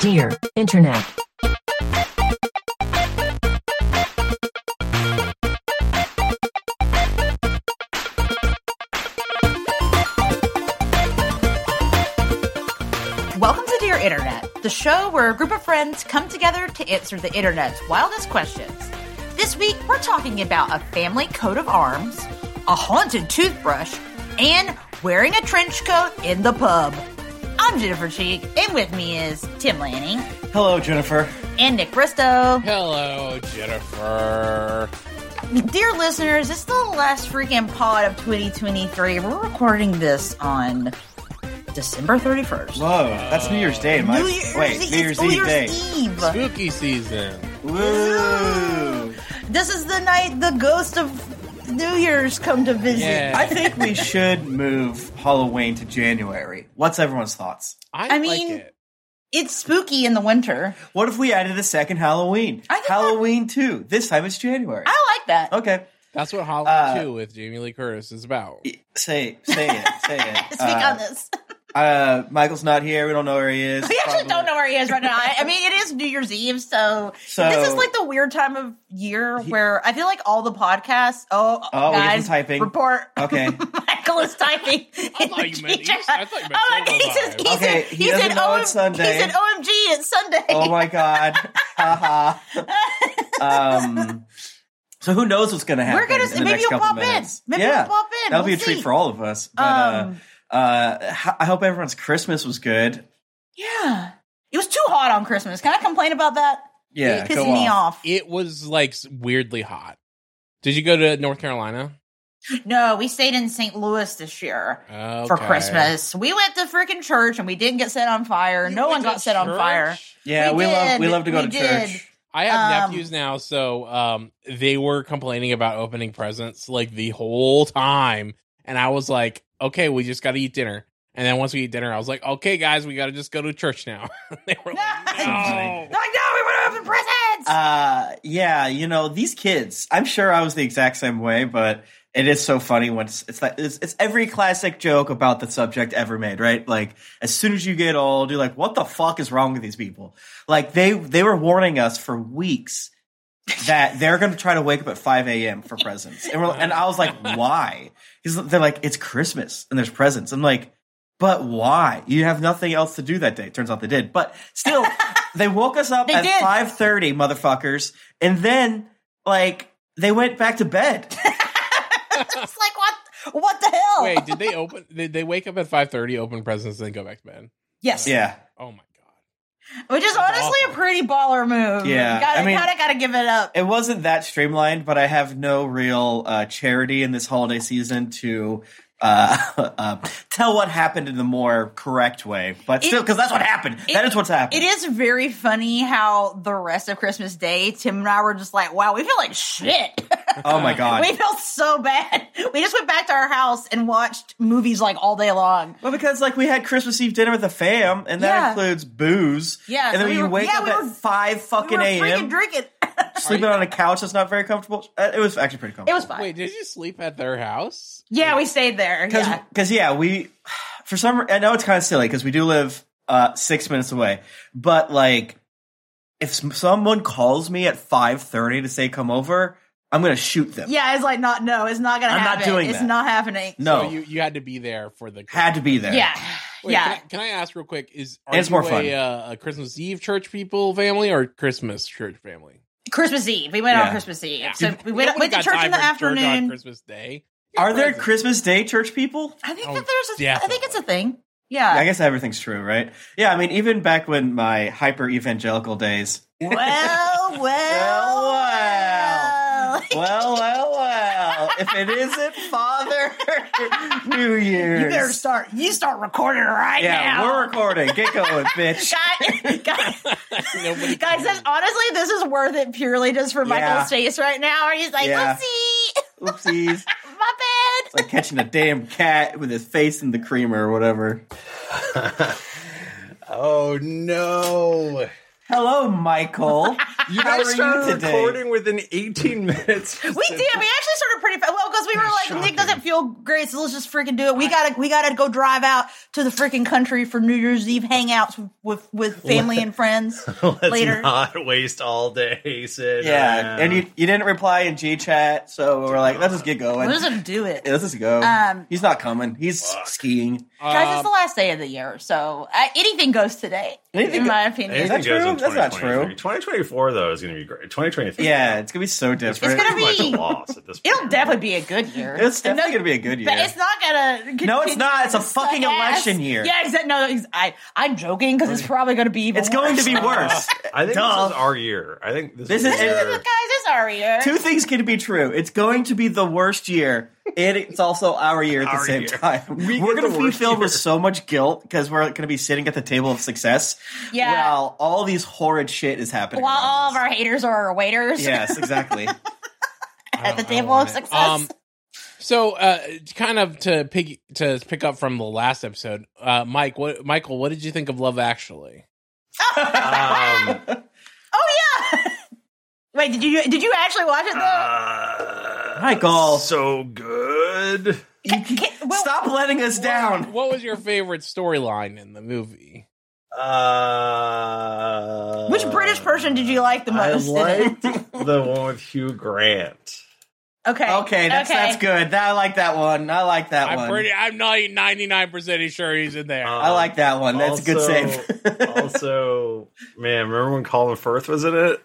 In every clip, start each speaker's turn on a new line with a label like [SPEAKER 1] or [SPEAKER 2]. [SPEAKER 1] Dear Internet.
[SPEAKER 2] Welcome to Dear Internet, the show where a group of friends come together to answer the internet's wildest questions. This week, we're talking about a family coat of arms, a haunted toothbrush, and wearing a trench coat in the pub. I'm Jennifer Cheek, and with me is Tim Lanning
[SPEAKER 3] Hello, Jennifer.
[SPEAKER 2] and Nick Bristow.
[SPEAKER 4] Hello, Jennifer.
[SPEAKER 2] Dear listeners, it's the last freaking pod of 2023. We're recording this on December 31st.
[SPEAKER 3] Whoa, that's New Year's Day. My
[SPEAKER 2] New Year's Eve.
[SPEAKER 3] wait,
[SPEAKER 2] Oh,
[SPEAKER 3] New
[SPEAKER 2] it's
[SPEAKER 3] Year's
[SPEAKER 2] New
[SPEAKER 3] Eve
[SPEAKER 2] Year's
[SPEAKER 3] day.
[SPEAKER 2] Eve.
[SPEAKER 4] Spooky season.
[SPEAKER 3] Woo!
[SPEAKER 2] This is the night the ghost of New Year's come to visit.
[SPEAKER 4] Yeah.
[SPEAKER 3] I think we should move Halloween to January. What's everyone's thoughts?
[SPEAKER 4] I,
[SPEAKER 2] I
[SPEAKER 4] like
[SPEAKER 2] mean-
[SPEAKER 4] it.
[SPEAKER 2] It's spooky in the winter.
[SPEAKER 3] What if we added a second Halloween?
[SPEAKER 2] I think that-
[SPEAKER 3] Halloween two. This time it's January.
[SPEAKER 2] I like that.
[SPEAKER 3] Okay,
[SPEAKER 4] That's what Halloween
[SPEAKER 3] Uh,
[SPEAKER 4] 2 with Jamie Lee Curtis is about.
[SPEAKER 3] say say it. Say it.
[SPEAKER 2] Speak
[SPEAKER 3] Uh,
[SPEAKER 2] on this.
[SPEAKER 3] uh, Michael's not here. We don't know where he is.
[SPEAKER 2] We actually
[SPEAKER 3] Probably-
[SPEAKER 2] don't know where he is right now. I, I mean, it is New Year's Eve, so,
[SPEAKER 3] So-
[SPEAKER 2] this is like the weird time of year where I feel like all the podcasts. Oh,
[SPEAKER 3] Oh, here's
[SPEAKER 2] guys,
[SPEAKER 3] some typing.
[SPEAKER 2] report.
[SPEAKER 3] Okay.
[SPEAKER 2] Michael is typing.
[SPEAKER 4] I thought you meant Easter. I thought you meant
[SPEAKER 2] Oh,
[SPEAKER 4] Sunday
[SPEAKER 2] he said,
[SPEAKER 4] vibe.
[SPEAKER 2] he
[SPEAKER 3] Okay,
[SPEAKER 2] said,
[SPEAKER 3] he
[SPEAKER 2] he
[SPEAKER 3] doesn't
[SPEAKER 2] said,
[SPEAKER 3] know
[SPEAKER 2] OM,
[SPEAKER 3] it's Sunday.
[SPEAKER 2] He said, OMG, it's Sunday.
[SPEAKER 3] Oh my god. Haha. um. So who knows what's going to happen?
[SPEAKER 2] We're gonna
[SPEAKER 3] in the
[SPEAKER 2] maybe
[SPEAKER 3] next
[SPEAKER 2] you'll
[SPEAKER 3] couple
[SPEAKER 2] pop
[SPEAKER 3] minutes.
[SPEAKER 2] in. Maybe
[SPEAKER 3] yeah.
[SPEAKER 2] you'll pop in.
[SPEAKER 3] That'll
[SPEAKER 2] we'll
[SPEAKER 3] be a treat
[SPEAKER 2] see.
[SPEAKER 3] for all of us. But
[SPEAKER 2] Um,
[SPEAKER 3] uh, uh, h- I hope everyone's Christmas was good.
[SPEAKER 2] yeah. It was too hot on Christmas. Can I complain about that?
[SPEAKER 3] Yeah,
[SPEAKER 2] It's
[SPEAKER 3] go
[SPEAKER 2] pissing me off.
[SPEAKER 4] It was like weirdly hot. Did you go to North Carolina
[SPEAKER 2] No, we stayed in St. Louis this year for
[SPEAKER 4] Okay.
[SPEAKER 2] Christmas. We went to freaking church and we didn't get set on fire.
[SPEAKER 4] You
[SPEAKER 2] no one
[SPEAKER 4] went
[SPEAKER 2] got
[SPEAKER 4] to
[SPEAKER 2] set on
[SPEAKER 4] church?
[SPEAKER 2] fire.
[SPEAKER 3] Yeah,
[SPEAKER 2] We
[SPEAKER 3] we, love we
[SPEAKER 2] did.
[SPEAKER 3] love to go
[SPEAKER 2] We
[SPEAKER 3] to
[SPEAKER 2] did.
[SPEAKER 3] church.
[SPEAKER 4] I have
[SPEAKER 2] Um,
[SPEAKER 4] nephews now, so um, they were complaining about opening presents like the whole time, and I was like, "Okay, we just got to eat dinner." And then once we eat dinner, I was like, "Okay, guys, we got to just go to church now." they were like,
[SPEAKER 2] Nice.
[SPEAKER 4] "No."
[SPEAKER 2] They're like, no, we want to open presents.
[SPEAKER 3] Uh, yeah, you know these kids. I'm sure I was the exact same way, but it is so funny when it's it's like it's, it's every classic joke about the subject ever made, right? Like as soon as you get old, you're like, what the fuck is wrong with these people? Like they they were warning us for weeks that they're going to try to wake up at 5 a.m. for presents, and we're, and I was like, why? Because they're like, it's Christmas and there's presents. I'm like. But why? You have nothing else to do that day. Turns out they did. But still, they woke us up
[SPEAKER 2] They
[SPEAKER 3] at
[SPEAKER 2] did.
[SPEAKER 3] 5:30, motherfuckers, and then like they went back to bed.
[SPEAKER 2] it's like, what What the hell?
[SPEAKER 4] Wait, did they open? Did they wake up at five thirty, open presents, then go back to bed?
[SPEAKER 2] yes.
[SPEAKER 3] yeah.
[SPEAKER 4] Oh my god!
[SPEAKER 2] Which is
[SPEAKER 4] That's
[SPEAKER 2] honestly
[SPEAKER 4] awful.
[SPEAKER 2] a pretty baller move.
[SPEAKER 3] Yeah,
[SPEAKER 2] You gotta,
[SPEAKER 3] I mean-
[SPEAKER 2] kind of got to give it up.
[SPEAKER 3] It wasn't that streamlined, but I have no real uh, charity in this holiday season to uh, uh, tell what happened in the more correct way. But still, because that's what happened. that
[SPEAKER 2] it-
[SPEAKER 3] is what's happened.
[SPEAKER 2] It is very funny how the rest of Christmas Day, Tim and I were just like, wow, we feel like shit.
[SPEAKER 3] Oh my god.
[SPEAKER 2] we felt so bad. We just went back to our house and watched movies like all day long.
[SPEAKER 3] Well, because like we had Christmas Eve dinner with the fam, and that
[SPEAKER 2] Yeah.
[SPEAKER 3] includes booze.
[SPEAKER 2] Yeah,
[SPEAKER 3] and
[SPEAKER 2] so
[SPEAKER 3] then
[SPEAKER 2] we
[SPEAKER 3] you
[SPEAKER 2] were-
[SPEAKER 3] wake
[SPEAKER 2] yeah,
[SPEAKER 3] up
[SPEAKER 2] we
[SPEAKER 3] at
[SPEAKER 2] were-
[SPEAKER 3] five
[SPEAKER 2] We
[SPEAKER 3] fucking
[SPEAKER 2] were
[SPEAKER 3] a.m.
[SPEAKER 2] freaking drinking.
[SPEAKER 3] sleeping on a couch that's not very comfortable. Uh, It was actually pretty
[SPEAKER 2] It
[SPEAKER 3] comfortable.
[SPEAKER 2] was fun.
[SPEAKER 4] Wait, did you sleep at their house?
[SPEAKER 2] yeah, we stayed there.
[SPEAKER 3] because
[SPEAKER 2] Yeah.
[SPEAKER 3] yeah. we for some I know it's kind of silly because we do live uh six minutes away, but like if s- someone calls me at five thirty to say come over, I'm gonna shoot them.
[SPEAKER 2] Yeah, it's like not no, it's not gonna
[SPEAKER 3] I'm not
[SPEAKER 2] happen.
[SPEAKER 3] doing
[SPEAKER 2] it's
[SPEAKER 3] that.
[SPEAKER 2] not happening.
[SPEAKER 3] no,
[SPEAKER 4] so you you had to be there for the
[SPEAKER 3] had to be there.
[SPEAKER 2] Yeah.
[SPEAKER 4] Wait,
[SPEAKER 2] yeah.
[SPEAKER 4] Can I, can I ask real quick? Is are
[SPEAKER 3] It's
[SPEAKER 4] you
[SPEAKER 3] more
[SPEAKER 4] a,
[SPEAKER 3] fun.
[SPEAKER 4] Uh, a Christmas Eve church people family or Christmas church family?
[SPEAKER 2] Christmas Eve. We went
[SPEAKER 3] Yeah.
[SPEAKER 2] on Christmas Eve.
[SPEAKER 4] Yeah.
[SPEAKER 2] So we went,
[SPEAKER 4] Nobody
[SPEAKER 2] went to
[SPEAKER 4] got
[SPEAKER 2] church
[SPEAKER 4] time
[SPEAKER 2] in the
[SPEAKER 4] for church on
[SPEAKER 2] afternoon.
[SPEAKER 4] Christmas Day.
[SPEAKER 3] Are there
[SPEAKER 4] Christmas?
[SPEAKER 3] Christmas Day church people?
[SPEAKER 2] I think
[SPEAKER 4] Oh,
[SPEAKER 2] that there's a I think
[SPEAKER 4] definitely.
[SPEAKER 2] it's a thing.
[SPEAKER 3] I
[SPEAKER 2] Yeah.
[SPEAKER 3] guess everything's true, right? Yeah, I mean, even back when my hyper evangelical days.
[SPEAKER 2] well, well,
[SPEAKER 3] well.
[SPEAKER 2] well.
[SPEAKER 3] Well, well, well. If it isn't Father New Year's.
[SPEAKER 2] You better start. You start recording right
[SPEAKER 3] yeah,
[SPEAKER 2] now.
[SPEAKER 3] we're recording. Get going, bitch.
[SPEAKER 2] guys, guys,
[SPEAKER 4] Nobody
[SPEAKER 2] guys, this, honestly, this is worth it purely just for
[SPEAKER 3] Yeah.
[SPEAKER 2] Michael's face right now. Where he's like,
[SPEAKER 3] Yeah.
[SPEAKER 2] "Oopsie,
[SPEAKER 3] Oopsies.
[SPEAKER 2] my bad."
[SPEAKER 3] Like catching a damn cat with his face in the creamer or whatever.
[SPEAKER 5] Oh no!
[SPEAKER 3] Hello, Michael.
[SPEAKER 5] You
[SPEAKER 3] How are
[SPEAKER 5] guys
[SPEAKER 3] you
[SPEAKER 5] started
[SPEAKER 3] today?
[SPEAKER 5] recording within 18 minutes.
[SPEAKER 2] We did. We actually started pretty fast. Well, because we were like, Nick doesn't feel great, so let's just freaking do it. We gotta, we gotta go drive out to the freaking country for New Year's Eve hangouts with with family and friends.
[SPEAKER 1] Let's
[SPEAKER 2] Later.
[SPEAKER 1] not waste all day. Sitting
[SPEAKER 3] Yeah,
[SPEAKER 1] around.
[SPEAKER 3] and you, you didn't reply in G chat, so we're like, let's just get going.
[SPEAKER 2] Let's just do it.
[SPEAKER 3] Yeah, let's just go.
[SPEAKER 2] Um,
[SPEAKER 3] He's not coming. He's skiing.
[SPEAKER 2] Guys,
[SPEAKER 3] uh,
[SPEAKER 2] it's
[SPEAKER 4] Um,
[SPEAKER 2] the last day of the year, so uh, anything goes today,
[SPEAKER 3] Anything
[SPEAKER 2] in
[SPEAKER 3] go-
[SPEAKER 2] my opinion.
[SPEAKER 1] Anything
[SPEAKER 3] that
[SPEAKER 1] goes
[SPEAKER 3] true?
[SPEAKER 1] in
[SPEAKER 3] That's not
[SPEAKER 1] 2023.
[SPEAKER 3] true.
[SPEAKER 1] 2024 though is going to be great. 2023.
[SPEAKER 3] Yeah, it's gonna be so different.
[SPEAKER 2] gonna be-
[SPEAKER 1] pretty much a loss at this point.
[SPEAKER 2] It'll definitely be a good year.
[SPEAKER 3] It's definitely
[SPEAKER 2] No-
[SPEAKER 3] gonna be a good year.
[SPEAKER 2] But it's not gonna.
[SPEAKER 3] No, it's
[SPEAKER 2] continue
[SPEAKER 3] not. It's a
[SPEAKER 2] to
[SPEAKER 3] fucking
[SPEAKER 2] suck ass.
[SPEAKER 3] election year.
[SPEAKER 2] Yeah, exactly. No, ex- I, I'm joking because it's probably gonna be. Even
[SPEAKER 3] It's going to be worse.
[SPEAKER 1] I think
[SPEAKER 3] Duh.
[SPEAKER 1] this is our year. I think this,
[SPEAKER 3] This
[SPEAKER 1] is
[SPEAKER 3] is-
[SPEAKER 1] the
[SPEAKER 2] This
[SPEAKER 1] year.
[SPEAKER 2] is- guys, it's our year.
[SPEAKER 3] Two things can be true. It's going to be the worst year, and it's also our year at the
[SPEAKER 1] Our
[SPEAKER 3] same
[SPEAKER 1] year.
[SPEAKER 3] time. We are
[SPEAKER 1] get
[SPEAKER 3] going to
[SPEAKER 1] the
[SPEAKER 3] be
[SPEAKER 1] worst
[SPEAKER 3] filled
[SPEAKER 1] year.
[SPEAKER 3] with so much guilt because we're going to be sitting at the table of success
[SPEAKER 2] Yeah.
[SPEAKER 3] while all these horrid shit is happening.
[SPEAKER 2] While
[SPEAKER 3] around
[SPEAKER 2] all
[SPEAKER 3] us.
[SPEAKER 2] of our haters are our waiters.
[SPEAKER 3] yes, exactly.
[SPEAKER 2] at the
[SPEAKER 3] Oh,
[SPEAKER 4] I don't- I
[SPEAKER 2] table
[SPEAKER 4] want
[SPEAKER 2] of
[SPEAKER 4] it.
[SPEAKER 2] success.
[SPEAKER 4] Um, so, uh, kind of to pick to pick up from the last episode, uh, Mike, what Michael, what did you think of Love Actually?
[SPEAKER 1] Um,
[SPEAKER 2] Oh yeah. Wait, did you did you actually watch it though?
[SPEAKER 1] uh,
[SPEAKER 3] Michael.
[SPEAKER 1] so good.
[SPEAKER 2] Ca- ca- well,
[SPEAKER 3] Stop letting us down.
[SPEAKER 4] What was your favorite storyline in the movie?
[SPEAKER 1] Uh,
[SPEAKER 2] Which British person did you like the most?
[SPEAKER 1] I
[SPEAKER 2] in it?
[SPEAKER 1] liked the one with Hugh Grant.
[SPEAKER 2] Okay.
[SPEAKER 3] Okay, that's that's good. That, I like that one. I like that
[SPEAKER 4] I'm
[SPEAKER 3] one. Uh,
[SPEAKER 4] pretty. I'm ninety nine percent sure he's in there.
[SPEAKER 1] Um,
[SPEAKER 3] I like that one. That's a good save.
[SPEAKER 1] also, man, remember when Colin Firth was in it?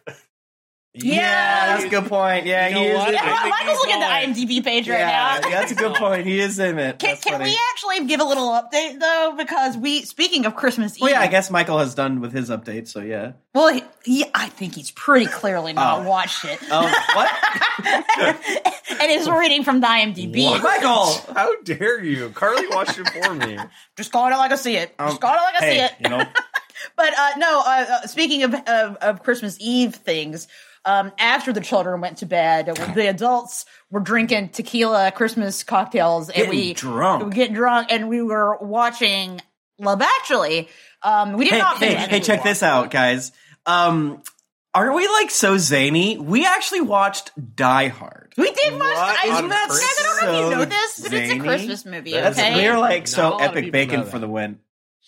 [SPEAKER 3] yeah,
[SPEAKER 2] Yeah.
[SPEAKER 3] that's a good point. Yeah,
[SPEAKER 4] You know
[SPEAKER 3] he is.
[SPEAKER 4] what?
[SPEAKER 3] in it.
[SPEAKER 4] I
[SPEAKER 2] Yeah,
[SPEAKER 4] think
[SPEAKER 2] Michael's
[SPEAKER 4] he's
[SPEAKER 2] looking at
[SPEAKER 4] going.
[SPEAKER 2] the IMDb page right
[SPEAKER 3] yeah,
[SPEAKER 2] now.
[SPEAKER 3] that's a good point. He is in it.
[SPEAKER 2] Can,
[SPEAKER 3] That's
[SPEAKER 2] can
[SPEAKER 3] funny.
[SPEAKER 2] we uh, actually give a little update though? Because we, speaking of Christmas Eve,
[SPEAKER 3] Well, yeah, I guess Michael has done with his update, so yeah.
[SPEAKER 2] well, he, he- I think he's pretty clearly not
[SPEAKER 3] Oh.
[SPEAKER 2] watched it,
[SPEAKER 3] Oh, what?
[SPEAKER 2] and is reading from the IMDb.
[SPEAKER 3] Michael! Um,
[SPEAKER 1] How dare you? Carly watched it for me.
[SPEAKER 2] Just call it like I see it. Just call it like I see it.
[SPEAKER 3] you know,
[SPEAKER 2] But uh, no, uh, uh, speaking of, of of Christmas Eve things, um, after the children went to bed, the adults were drinking tequila Christmas cocktails, and
[SPEAKER 3] Getting
[SPEAKER 2] we
[SPEAKER 3] drunk.
[SPEAKER 2] we get drunk, and we were watching Love Actually. Um, we did
[SPEAKER 3] hey,
[SPEAKER 2] not.
[SPEAKER 3] hey,
[SPEAKER 2] finish
[SPEAKER 3] hey,
[SPEAKER 2] it.
[SPEAKER 3] check this out, guys. Um, aren't we like so zany? We actually watched Die Hard.
[SPEAKER 2] We did watch.
[SPEAKER 1] What
[SPEAKER 2] I,
[SPEAKER 1] on
[SPEAKER 2] guys, I don't know if you
[SPEAKER 3] Christmas?
[SPEAKER 2] know this, but it's a
[SPEAKER 3] Zany?
[SPEAKER 2] Christmas movie.
[SPEAKER 1] That's
[SPEAKER 2] okay,
[SPEAKER 3] We are like
[SPEAKER 4] Not a
[SPEAKER 3] so
[SPEAKER 4] lot of
[SPEAKER 3] epic
[SPEAKER 4] people know
[SPEAKER 3] bacon
[SPEAKER 4] that.
[SPEAKER 3] for the win.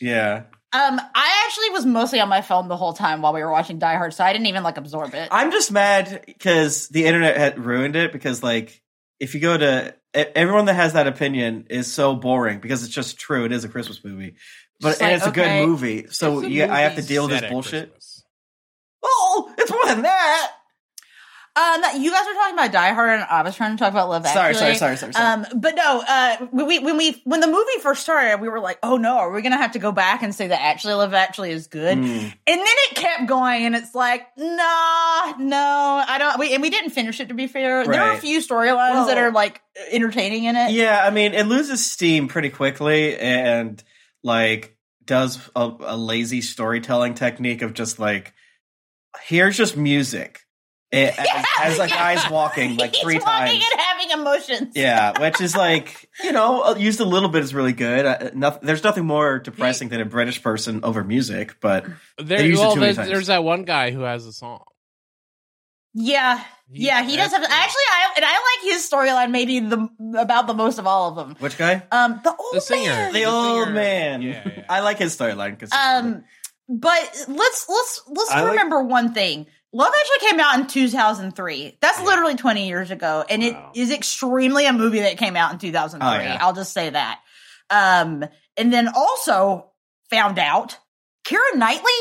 [SPEAKER 3] Yeah,
[SPEAKER 2] um, I actually was mostly on my phone the whole time while we were watching Die Hard, so I didn't even like absorb it.
[SPEAKER 3] I'm just mad because the internet had ruined it. Because like, if you go to e- everyone that has that opinion is so boring because it's just true. It is a Christmas movie, but
[SPEAKER 2] Just
[SPEAKER 3] and
[SPEAKER 2] like,
[SPEAKER 3] it's a
[SPEAKER 2] okay.
[SPEAKER 3] good movie. So
[SPEAKER 4] It's a
[SPEAKER 3] you, I have to
[SPEAKER 4] movie
[SPEAKER 3] deal with
[SPEAKER 4] set
[SPEAKER 3] this
[SPEAKER 4] at
[SPEAKER 3] bullshit.
[SPEAKER 4] Christmas.
[SPEAKER 3] Oh, it's more than that.
[SPEAKER 2] Um, you guys were talking about Die Hard, and I was trying to talk about Love
[SPEAKER 3] Sorry,
[SPEAKER 2] Actually.
[SPEAKER 3] sorry, sorry, sorry, sorry.
[SPEAKER 2] Um, but no, uh, when we when we when the movie first started, we were like, oh no, are we gonna have to go back and say that actually Love Actually is good?
[SPEAKER 3] Mm.
[SPEAKER 2] And then it kept going, and it's like, nah, no, I don't. We, and we didn't finish it. To be fair, there are a
[SPEAKER 3] Right.
[SPEAKER 2] few storylines
[SPEAKER 3] Well-
[SPEAKER 2] that are like entertaining in it.
[SPEAKER 3] Yeah, I mean, it loses steam pretty quickly and like does a, a lazy storytelling technique of just like, here's just music eh, as, as a guy's walking like
[SPEAKER 2] He's
[SPEAKER 3] three
[SPEAKER 2] walking
[SPEAKER 3] times.
[SPEAKER 2] and having emotions.
[SPEAKER 3] Yeah, which is like you know uh, used a little bit is really good. Uh, noth- there's nothing more depressing than a British person over music, but They
[SPEAKER 4] There,
[SPEAKER 3] used it
[SPEAKER 4] well,
[SPEAKER 3] too many
[SPEAKER 4] there's,
[SPEAKER 3] times.
[SPEAKER 4] there's that one guy who has a song.
[SPEAKER 2] yeah, yeah. He does have actually. I and I like his storyline maybe the about the most of all of them.
[SPEAKER 3] which guy?
[SPEAKER 2] Um, the old
[SPEAKER 4] the singer,
[SPEAKER 2] man.
[SPEAKER 3] The
[SPEAKER 4] singer.
[SPEAKER 3] old man.
[SPEAKER 4] Yeah, yeah.
[SPEAKER 3] I like his storyline because
[SPEAKER 2] Um, but let's let's let's
[SPEAKER 1] I like-
[SPEAKER 2] remember one thing. Love Actually came out in 2003. That's literally 20 years ago, and
[SPEAKER 1] Wow.
[SPEAKER 2] it is extremely a movie that came out in 2003.
[SPEAKER 3] Oh, yeah.
[SPEAKER 2] I'll just say that. Um, and then also found out Kira Knightley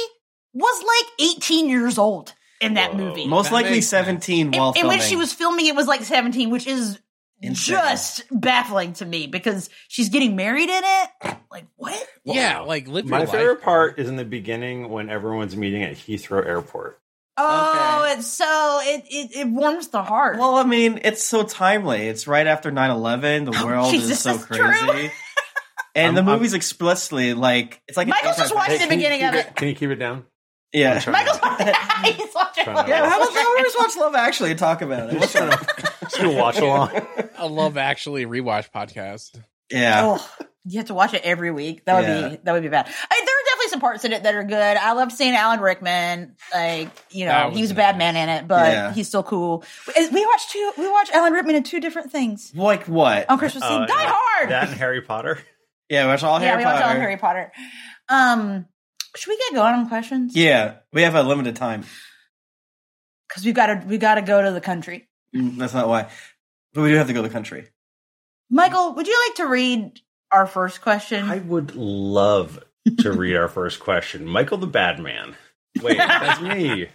[SPEAKER 2] was like 18 years old in that
[SPEAKER 1] Whoa.
[SPEAKER 2] movie.
[SPEAKER 3] most
[SPEAKER 4] That
[SPEAKER 3] likely
[SPEAKER 4] makes sense.
[SPEAKER 3] 17
[SPEAKER 2] In-
[SPEAKER 3] while
[SPEAKER 2] in,
[SPEAKER 3] filming.
[SPEAKER 2] which she was filming it was like 17 which is
[SPEAKER 3] Insane.
[SPEAKER 2] just baffling to me because she's getting married in it like what
[SPEAKER 4] Yeah, like live
[SPEAKER 1] My
[SPEAKER 4] your
[SPEAKER 1] favorite
[SPEAKER 4] life.
[SPEAKER 1] part is in the beginning when everyone's meeting at Heathrow Airport.
[SPEAKER 2] oh
[SPEAKER 3] Okay.
[SPEAKER 2] it's so it, it it warms the heart
[SPEAKER 3] Well, I mean, it's so timely. It's right after 9-11. The
[SPEAKER 2] Oh,
[SPEAKER 3] world
[SPEAKER 2] Jesus,
[SPEAKER 3] is so
[SPEAKER 2] that's true.
[SPEAKER 3] crazy. and
[SPEAKER 1] I'm-
[SPEAKER 3] the
[SPEAKER 1] I'm-
[SPEAKER 3] movie's explicitly like it's like an
[SPEAKER 2] Michael's just
[SPEAKER 3] anti-
[SPEAKER 2] watching- That's the
[SPEAKER 1] can you
[SPEAKER 2] beginning
[SPEAKER 1] keep
[SPEAKER 2] of it.
[SPEAKER 1] Can you keep it down?
[SPEAKER 3] Yeah.
[SPEAKER 1] Try-
[SPEAKER 2] michael's he's watching
[SPEAKER 1] Try
[SPEAKER 2] Love
[SPEAKER 1] to-
[SPEAKER 3] Yeah, how about
[SPEAKER 2] Actually.
[SPEAKER 3] how about we just watch Love Actually and talk about it? What's up?
[SPEAKER 1] Just do a watch along.
[SPEAKER 4] a Love Actually rewatch podcast.
[SPEAKER 3] yeah.
[SPEAKER 2] oh, you have to watch it every week that would
[SPEAKER 3] Yeah.
[SPEAKER 2] be that would be bad I, there are definitely definitely some parts in it that are good. I love seeing Alan Rickman. Like you
[SPEAKER 4] That
[SPEAKER 2] know,
[SPEAKER 4] was
[SPEAKER 2] he was a
[SPEAKER 4] nice.
[SPEAKER 2] bad man in it, but
[SPEAKER 3] Yeah.
[SPEAKER 2] he's still cool. We we watched two. We watched Alan Rickman in two different things
[SPEAKER 3] Like what?
[SPEAKER 2] on Christmas
[SPEAKER 1] Oh,
[SPEAKER 2] Eve. Die
[SPEAKER 1] yeah.
[SPEAKER 2] Hard.
[SPEAKER 1] That and Harry Potter.
[SPEAKER 3] Yeah, watch all
[SPEAKER 2] yeah,
[SPEAKER 3] Harry
[SPEAKER 2] we
[SPEAKER 3] Potter.
[SPEAKER 2] watched all of Harry Potter. Um, should we get going on questions?
[SPEAKER 3] Yeah, we have a limited time.
[SPEAKER 2] because we've got to we got to go to the country.
[SPEAKER 3] Mm, That's not why. But we do have to go to the country.
[SPEAKER 2] Michael, would you like to read our first question?
[SPEAKER 1] I would love to read our first question. Michael the Bad Man. Wait, that's me.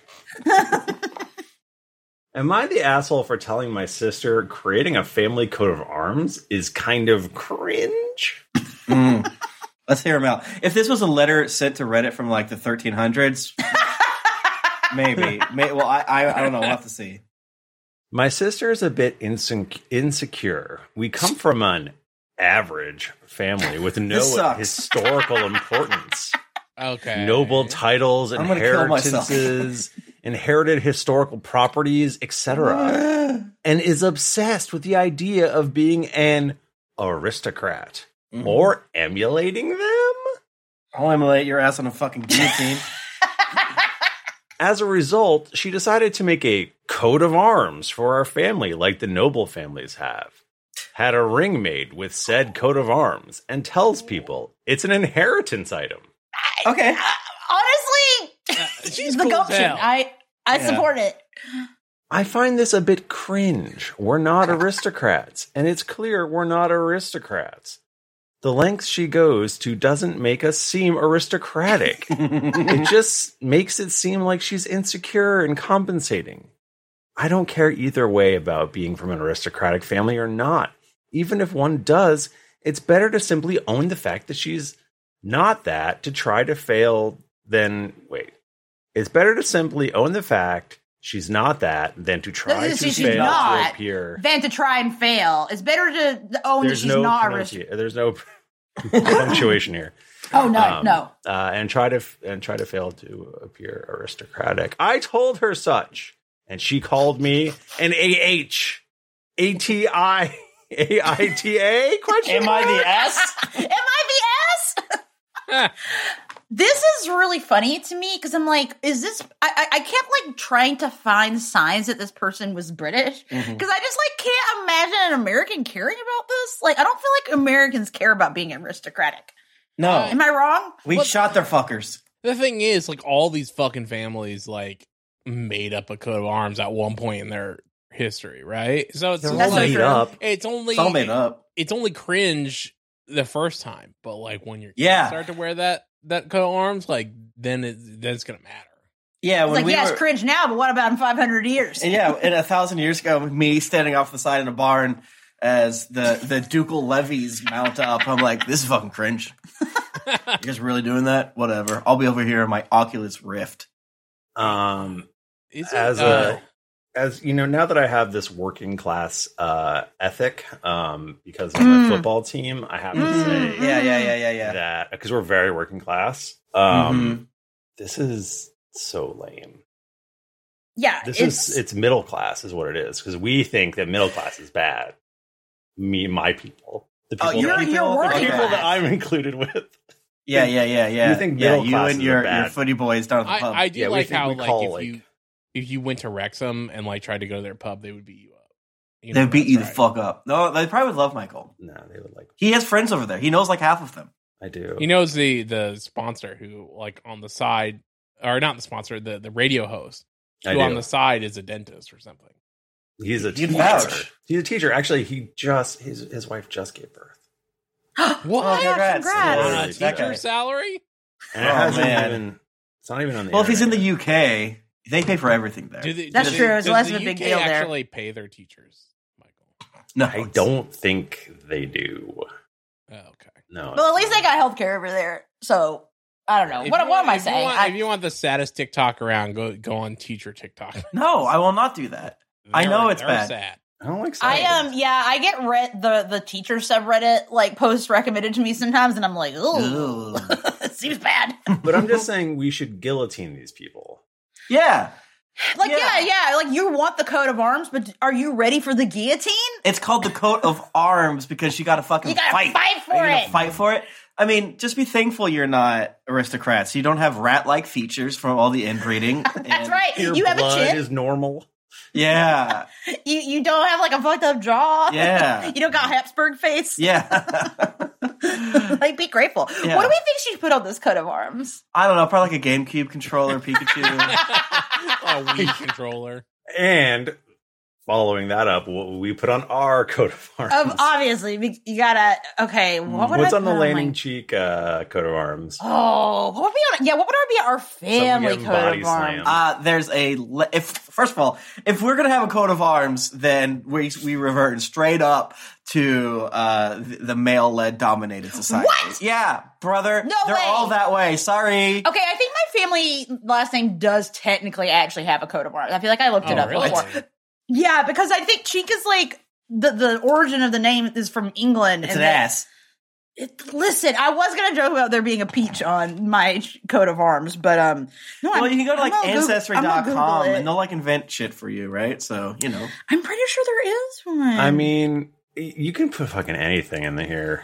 [SPEAKER 1] Am I the asshole for telling my sister creating a family coat of arms is kind of cringe?
[SPEAKER 3] Mm. Let's hear him out. If this was a letter sent to Reddit from like the 1300s, maybe. May, well, I, I I don't know. We'll have to see.
[SPEAKER 1] My sister is a bit insec- insecure. We come from an average family with
[SPEAKER 3] This
[SPEAKER 1] no
[SPEAKER 3] sucks.
[SPEAKER 1] historical importance.
[SPEAKER 4] Okay.
[SPEAKER 1] noble titles,
[SPEAKER 3] I'm gonna kill myself.
[SPEAKER 1] inheritances, inherited historical properties, etc., and is obsessed with the idea of being an aristocrat
[SPEAKER 3] Mhm.
[SPEAKER 1] or emulating them.
[SPEAKER 3] I'll emulate your ass on a fucking guillotine.
[SPEAKER 1] As a result, she decided to make a coat of arms for our family, like the noble families have. Had a ring made with said coat of arms and tells people it's an inheritance item.
[SPEAKER 3] okay.
[SPEAKER 2] Honestly,
[SPEAKER 4] Uh, she's
[SPEAKER 2] the
[SPEAKER 4] cool as
[SPEAKER 2] gumption.
[SPEAKER 4] hell.
[SPEAKER 2] I I
[SPEAKER 3] Yeah.
[SPEAKER 2] support it.
[SPEAKER 1] I find this a bit cringe. We're not aristocrats, and it's clear we're not aristocrats. The lengths she goes to doesn't make us seem aristocratic. it just makes it seem like she's insecure and compensating. I don't care either way about being from an aristocratic family or not. Even if one does, it's better to simply own the fact that she's not that to try to fail than wait. It's better to simply own the fact she's not that than to try
[SPEAKER 2] This
[SPEAKER 1] to
[SPEAKER 2] is- she's
[SPEAKER 1] fail to
[SPEAKER 2] not.
[SPEAKER 1] appear.
[SPEAKER 2] Than to try and fail. It's better to own that
[SPEAKER 1] There's
[SPEAKER 2] she's
[SPEAKER 1] no,
[SPEAKER 2] not aristocratic.
[SPEAKER 1] pronunci- there's no punctuation here.
[SPEAKER 2] Oh no,
[SPEAKER 1] Um,
[SPEAKER 2] no.
[SPEAKER 1] uh, and try to f- and try to fail to appear aristocratic. I told her such, and she called me an AH, ATI, AITA question.
[SPEAKER 3] Am I the ass?
[SPEAKER 2] Am I the ass? this is really funny to me because I'm like, is this? I, I- I kept like trying to find signs that this person was British because
[SPEAKER 3] Mm-hmm.
[SPEAKER 2] I just like can't imagine an American caring about this. Like, I don't feel like Americans care about being aristocratic.
[SPEAKER 3] No.
[SPEAKER 2] Am I wrong?
[SPEAKER 3] We
[SPEAKER 4] Well-
[SPEAKER 3] shot their fuckers.
[SPEAKER 4] The thing is, like all these fucking families, like made up a coat of arms at one point in their history, right? So it's
[SPEAKER 1] They're
[SPEAKER 4] just
[SPEAKER 1] all
[SPEAKER 2] That's so
[SPEAKER 4] like
[SPEAKER 1] made
[SPEAKER 2] true.
[SPEAKER 1] up.
[SPEAKER 4] it's only
[SPEAKER 3] It's all made up.
[SPEAKER 4] it's only cringe the first time, but like when you're
[SPEAKER 3] Yeah.
[SPEAKER 4] start to wear that that coat of arms, like then it then it's gonna matter.
[SPEAKER 3] Yeah.
[SPEAKER 2] It's
[SPEAKER 3] When
[SPEAKER 2] like,
[SPEAKER 3] we
[SPEAKER 2] yeah,
[SPEAKER 3] were-
[SPEAKER 2] it's cringe now, but what about in 500 years?
[SPEAKER 3] And yeah, and a thousand years ago, me standing off the side in a barn as the the ducal levies mount up, I'm like, this is fucking cringe. you guys really doing that? Whatever. I'll be over here in my Oculus Rift.
[SPEAKER 1] Um,
[SPEAKER 4] Is
[SPEAKER 1] as
[SPEAKER 4] uh,
[SPEAKER 1] a as you know, now that I have this working class uh, ethic, um, because of
[SPEAKER 2] Mm.
[SPEAKER 1] my football team, I have to
[SPEAKER 2] Mm. Mm-hmm.
[SPEAKER 1] say
[SPEAKER 4] Mm-hmm.
[SPEAKER 3] Yeah, yeah, yeah, yeah, yeah.
[SPEAKER 1] that because we're very working class. Um, This is so lame.
[SPEAKER 2] yeah,
[SPEAKER 1] this is it's middle class is what it is because we think that middle class is bad me my people the
[SPEAKER 3] Oh,
[SPEAKER 1] people,
[SPEAKER 3] you're-
[SPEAKER 1] that,
[SPEAKER 2] you're, you're
[SPEAKER 1] the
[SPEAKER 2] working
[SPEAKER 3] okay.
[SPEAKER 1] people that
[SPEAKER 2] class.
[SPEAKER 1] i'm included with
[SPEAKER 3] yeah, yeah, yeah, yeah.
[SPEAKER 1] You think
[SPEAKER 3] yeah,
[SPEAKER 1] middle
[SPEAKER 3] you and
[SPEAKER 1] class is a
[SPEAKER 3] your your
[SPEAKER 1] bad-
[SPEAKER 3] footy boys down at the pub.
[SPEAKER 4] I, I do
[SPEAKER 1] Yeah, we
[SPEAKER 4] like
[SPEAKER 1] think
[SPEAKER 4] how
[SPEAKER 1] we
[SPEAKER 4] like
[SPEAKER 1] call,
[SPEAKER 4] if
[SPEAKER 1] like-
[SPEAKER 4] you if you went to Wrexham and like tried to go to their pub, they would beat you up. You know,
[SPEAKER 3] They'd beat
[SPEAKER 4] that's
[SPEAKER 3] you the
[SPEAKER 4] right.
[SPEAKER 3] fuck up. No, they probably would love Michael.
[SPEAKER 1] no they would like
[SPEAKER 3] He has friends over there. He knows like half of them.
[SPEAKER 1] i do
[SPEAKER 4] He knows the the sponsor who like on the side or not the sponsor, the the radio host
[SPEAKER 1] I
[SPEAKER 4] who on
[SPEAKER 1] do.
[SPEAKER 4] the side is a dentist or something.
[SPEAKER 1] he's a
[SPEAKER 3] You'd
[SPEAKER 1] teacher
[SPEAKER 3] vouch.
[SPEAKER 1] he's a teacher actually he just his, his wife just gave birth
[SPEAKER 4] What?
[SPEAKER 3] Oh, congrats.
[SPEAKER 1] Literally,
[SPEAKER 4] On a
[SPEAKER 1] that
[SPEAKER 4] teacher
[SPEAKER 3] guy.
[SPEAKER 4] salary?
[SPEAKER 1] and it
[SPEAKER 3] Oh,
[SPEAKER 1] hasn't
[SPEAKER 3] man.
[SPEAKER 1] even it's not even on the
[SPEAKER 3] Well, if he's in
[SPEAKER 1] internet.
[SPEAKER 3] the UK, they pay for everything there.
[SPEAKER 4] Do they,
[SPEAKER 2] That's
[SPEAKER 4] do they-
[SPEAKER 2] true, it's
[SPEAKER 4] does
[SPEAKER 2] less
[SPEAKER 4] the
[SPEAKER 2] of a big
[SPEAKER 4] UK
[SPEAKER 2] deal there.
[SPEAKER 4] Actually, pay their teachers, Michael.
[SPEAKER 3] no,
[SPEAKER 1] i don't think they do
[SPEAKER 4] Oh, okay.
[SPEAKER 1] no
[SPEAKER 2] Well, at least they got healthcare over there. So I don't know.
[SPEAKER 4] If
[SPEAKER 2] What,
[SPEAKER 4] you
[SPEAKER 2] what am
[SPEAKER 4] want-
[SPEAKER 2] I
[SPEAKER 4] if you
[SPEAKER 2] saying?
[SPEAKER 4] want-
[SPEAKER 2] I-
[SPEAKER 4] if you want the saddest TikTok around, go go on teacher TikTok.
[SPEAKER 3] No, I will not do that. I know
[SPEAKER 4] They're-
[SPEAKER 3] it's
[SPEAKER 4] they're
[SPEAKER 3] bad.
[SPEAKER 4] sad.
[SPEAKER 1] i don't like
[SPEAKER 2] I
[SPEAKER 1] science.
[SPEAKER 2] um yeah, I get read the the teacher subreddit like posts recommended to me sometimes, and I'm like, ooh,
[SPEAKER 4] Oh.
[SPEAKER 3] Ooh.
[SPEAKER 2] it seems bad.
[SPEAKER 1] but i'm just saying we should guillotine these people
[SPEAKER 3] Yeah,
[SPEAKER 2] Like yeah.
[SPEAKER 3] Yeah.
[SPEAKER 2] yeah, like you want the coat of arms, but are you ready for the guillotine?
[SPEAKER 3] it's called the coat of arms because you got to fucking
[SPEAKER 2] You gotta fight,
[SPEAKER 3] fight.
[SPEAKER 2] for
[SPEAKER 3] Are you gonna
[SPEAKER 2] it.
[SPEAKER 3] fight for it. I mean, just be thankful you're not aristocrats. You don't have rat-like features from all the inbreeding.
[SPEAKER 2] That's
[SPEAKER 3] And-
[SPEAKER 2] right.
[SPEAKER 1] Your
[SPEAKER 2] you have a
[SPEAKER 1] blood
[SPEAKER 2] chin.
[SPEAKER 1] is normal.
[SPEAKER 3] Yeah,
[SPEAKER 2] you you don't have like a fucked up jaw.
[SPEAKER 3] Yeah.
[SPEAKER 2] you don't got Habsburg face.
[SPEAKER 3] yeah.
[SPEAKER 2] like be grateful.
[SPEAKER 3] Yeah.
[SPEAKER 2] What do we think she put on this coat of arms?
[SPEAKER 3] I don't know, probably like a GameCube controller, Pikachu.
[SPEAKER 4] a Wii controller.
[SPEAKER 1] And following that up, what will we put on our coat of arms?
[SPEAKER 2] Um, obviously, we- you gotta. Okay, what would
[SPEAKER 1] What's
[SPEAKER 2] I
[SPEAKER 1] on the
[SPEAKER 2] put
[SPEAKER 1] landing
[SPEAKER 2] my-
[SPEAKER 1] cheek uh, coat of arms?
[SPEAKER 2] Oh, what would be on? Yeah, what would our be our family
[SPEAKER 1] getting
[SPEAKER 2] coat
[SPEAKER 1] body
[SPEAKER 2] of arms?
[SPEAKER 1] slammed.
[SPEAKER 3] Uh, there's a le- if first of all, if we're gonna have a coat of arms, then we we revert straight up to uh, the, the male led dominated society.
[SPEAKER 2] What?
[SPEAKER 3] Yeah, brother.
[SPEAKER 2] No
[SPEAKER 3] they're
[SPEAKER 2] way.
[SPEAKER 3] all that way. Sorry.
[SPEAKER 2] Okay, I think my family last name does technically actually have a coat of arms. I feel like I looked it
[SPEAKER 4] Oh,
[SPEAKER 2] up
[SPEAKER 4] really?
[SPEAKER 2] before. Yeah, because I think Chica's like the the origin of the name is from England.
[SPEAKER 3] It's
[SPEAKER 2] and
[SPEAKER 3] an
[SPEAKER 2] that-
[SPEAKER 3] ass.
[SPEAKER 2] It, listen, I was gonna joke about there being a peach on my sh- coat of arms, but um, no,
[SPEAKER 3] Well,
[SPEAKER 2] I'm,
[SPEAKER 3] you can go to like
[SPEAKER 2] I'm gonna Goog- I'm gonna Google
[SPEAKER 3] ancestry.com
[SPEAKER 2] it.
[SPEAKER 3] and they'll like invent shit for you, right? So, you know.
[SPEAKER 2] I'm pretty sure there is one.
[SPEAKER 1] I mean, y- you can put fucking anything in here.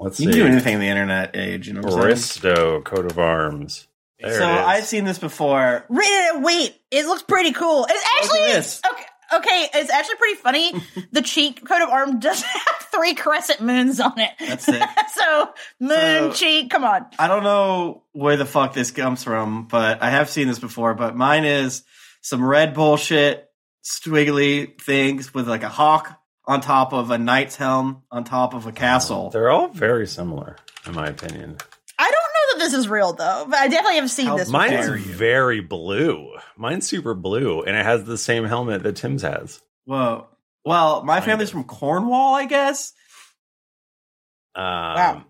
[SPEAKER 1] Let's
[SPEAKER 3] You can
[SPEAKER 1] see.
[SPEAKER 3] do anything in the internet age, you know what I'm saying?
[SPEAKER 1] Aristo coat of arms. There
[SPEAKER 3] so
[SPEAKER 1] it is.
[SPEAKER 3] I've seen this before.
[SPEAKER 2] Re- wait, it looks pretty cool. It's
[SPEAKER 3] Look
[SPEAKER 2] actually
[SPEAKER 3] at this.
[SPEAKER 2] okay. Okay, it's actually pretty funny. the cheek coat of arm does have three crescent moons on it.
[SPEAKER 3] That's it.
[SPEAKER 2] so moon
[SPEAKER 3] So-
[SPEAKER 2] cheek. Come on.
[SPEAKER 3] I don't know where the fuck this comes from, but I have seen this before. But mine is some red bullshit, squiggly things with like a hawk on top of a knight's helm on top of a castle.
[SPEAKER 1] They're all very similar, in my opinion.
[SPEAKER 2] I don't know that this is real though, but I definitely have seen
[SPEAKER 3] How
[SPEAKER 2] this.
[SPEAKER 1] Mine's
[SPEAKER 2] before.
[SPEAKER 3] dare you.
[SPEAKER 1] very blue. Mine's super blue, and it has the same helmet that Tim's has.
[SPEAKER 3] Whoa. Well, my
[SPEAKER 1] Kind
[SPEAKER 3] family's
[SPEAKER 1] of.
[SPEAKER 3] from Cornwall, I guess.
[SPEAKER 1] Um,
[SPEAKER 2] Wow.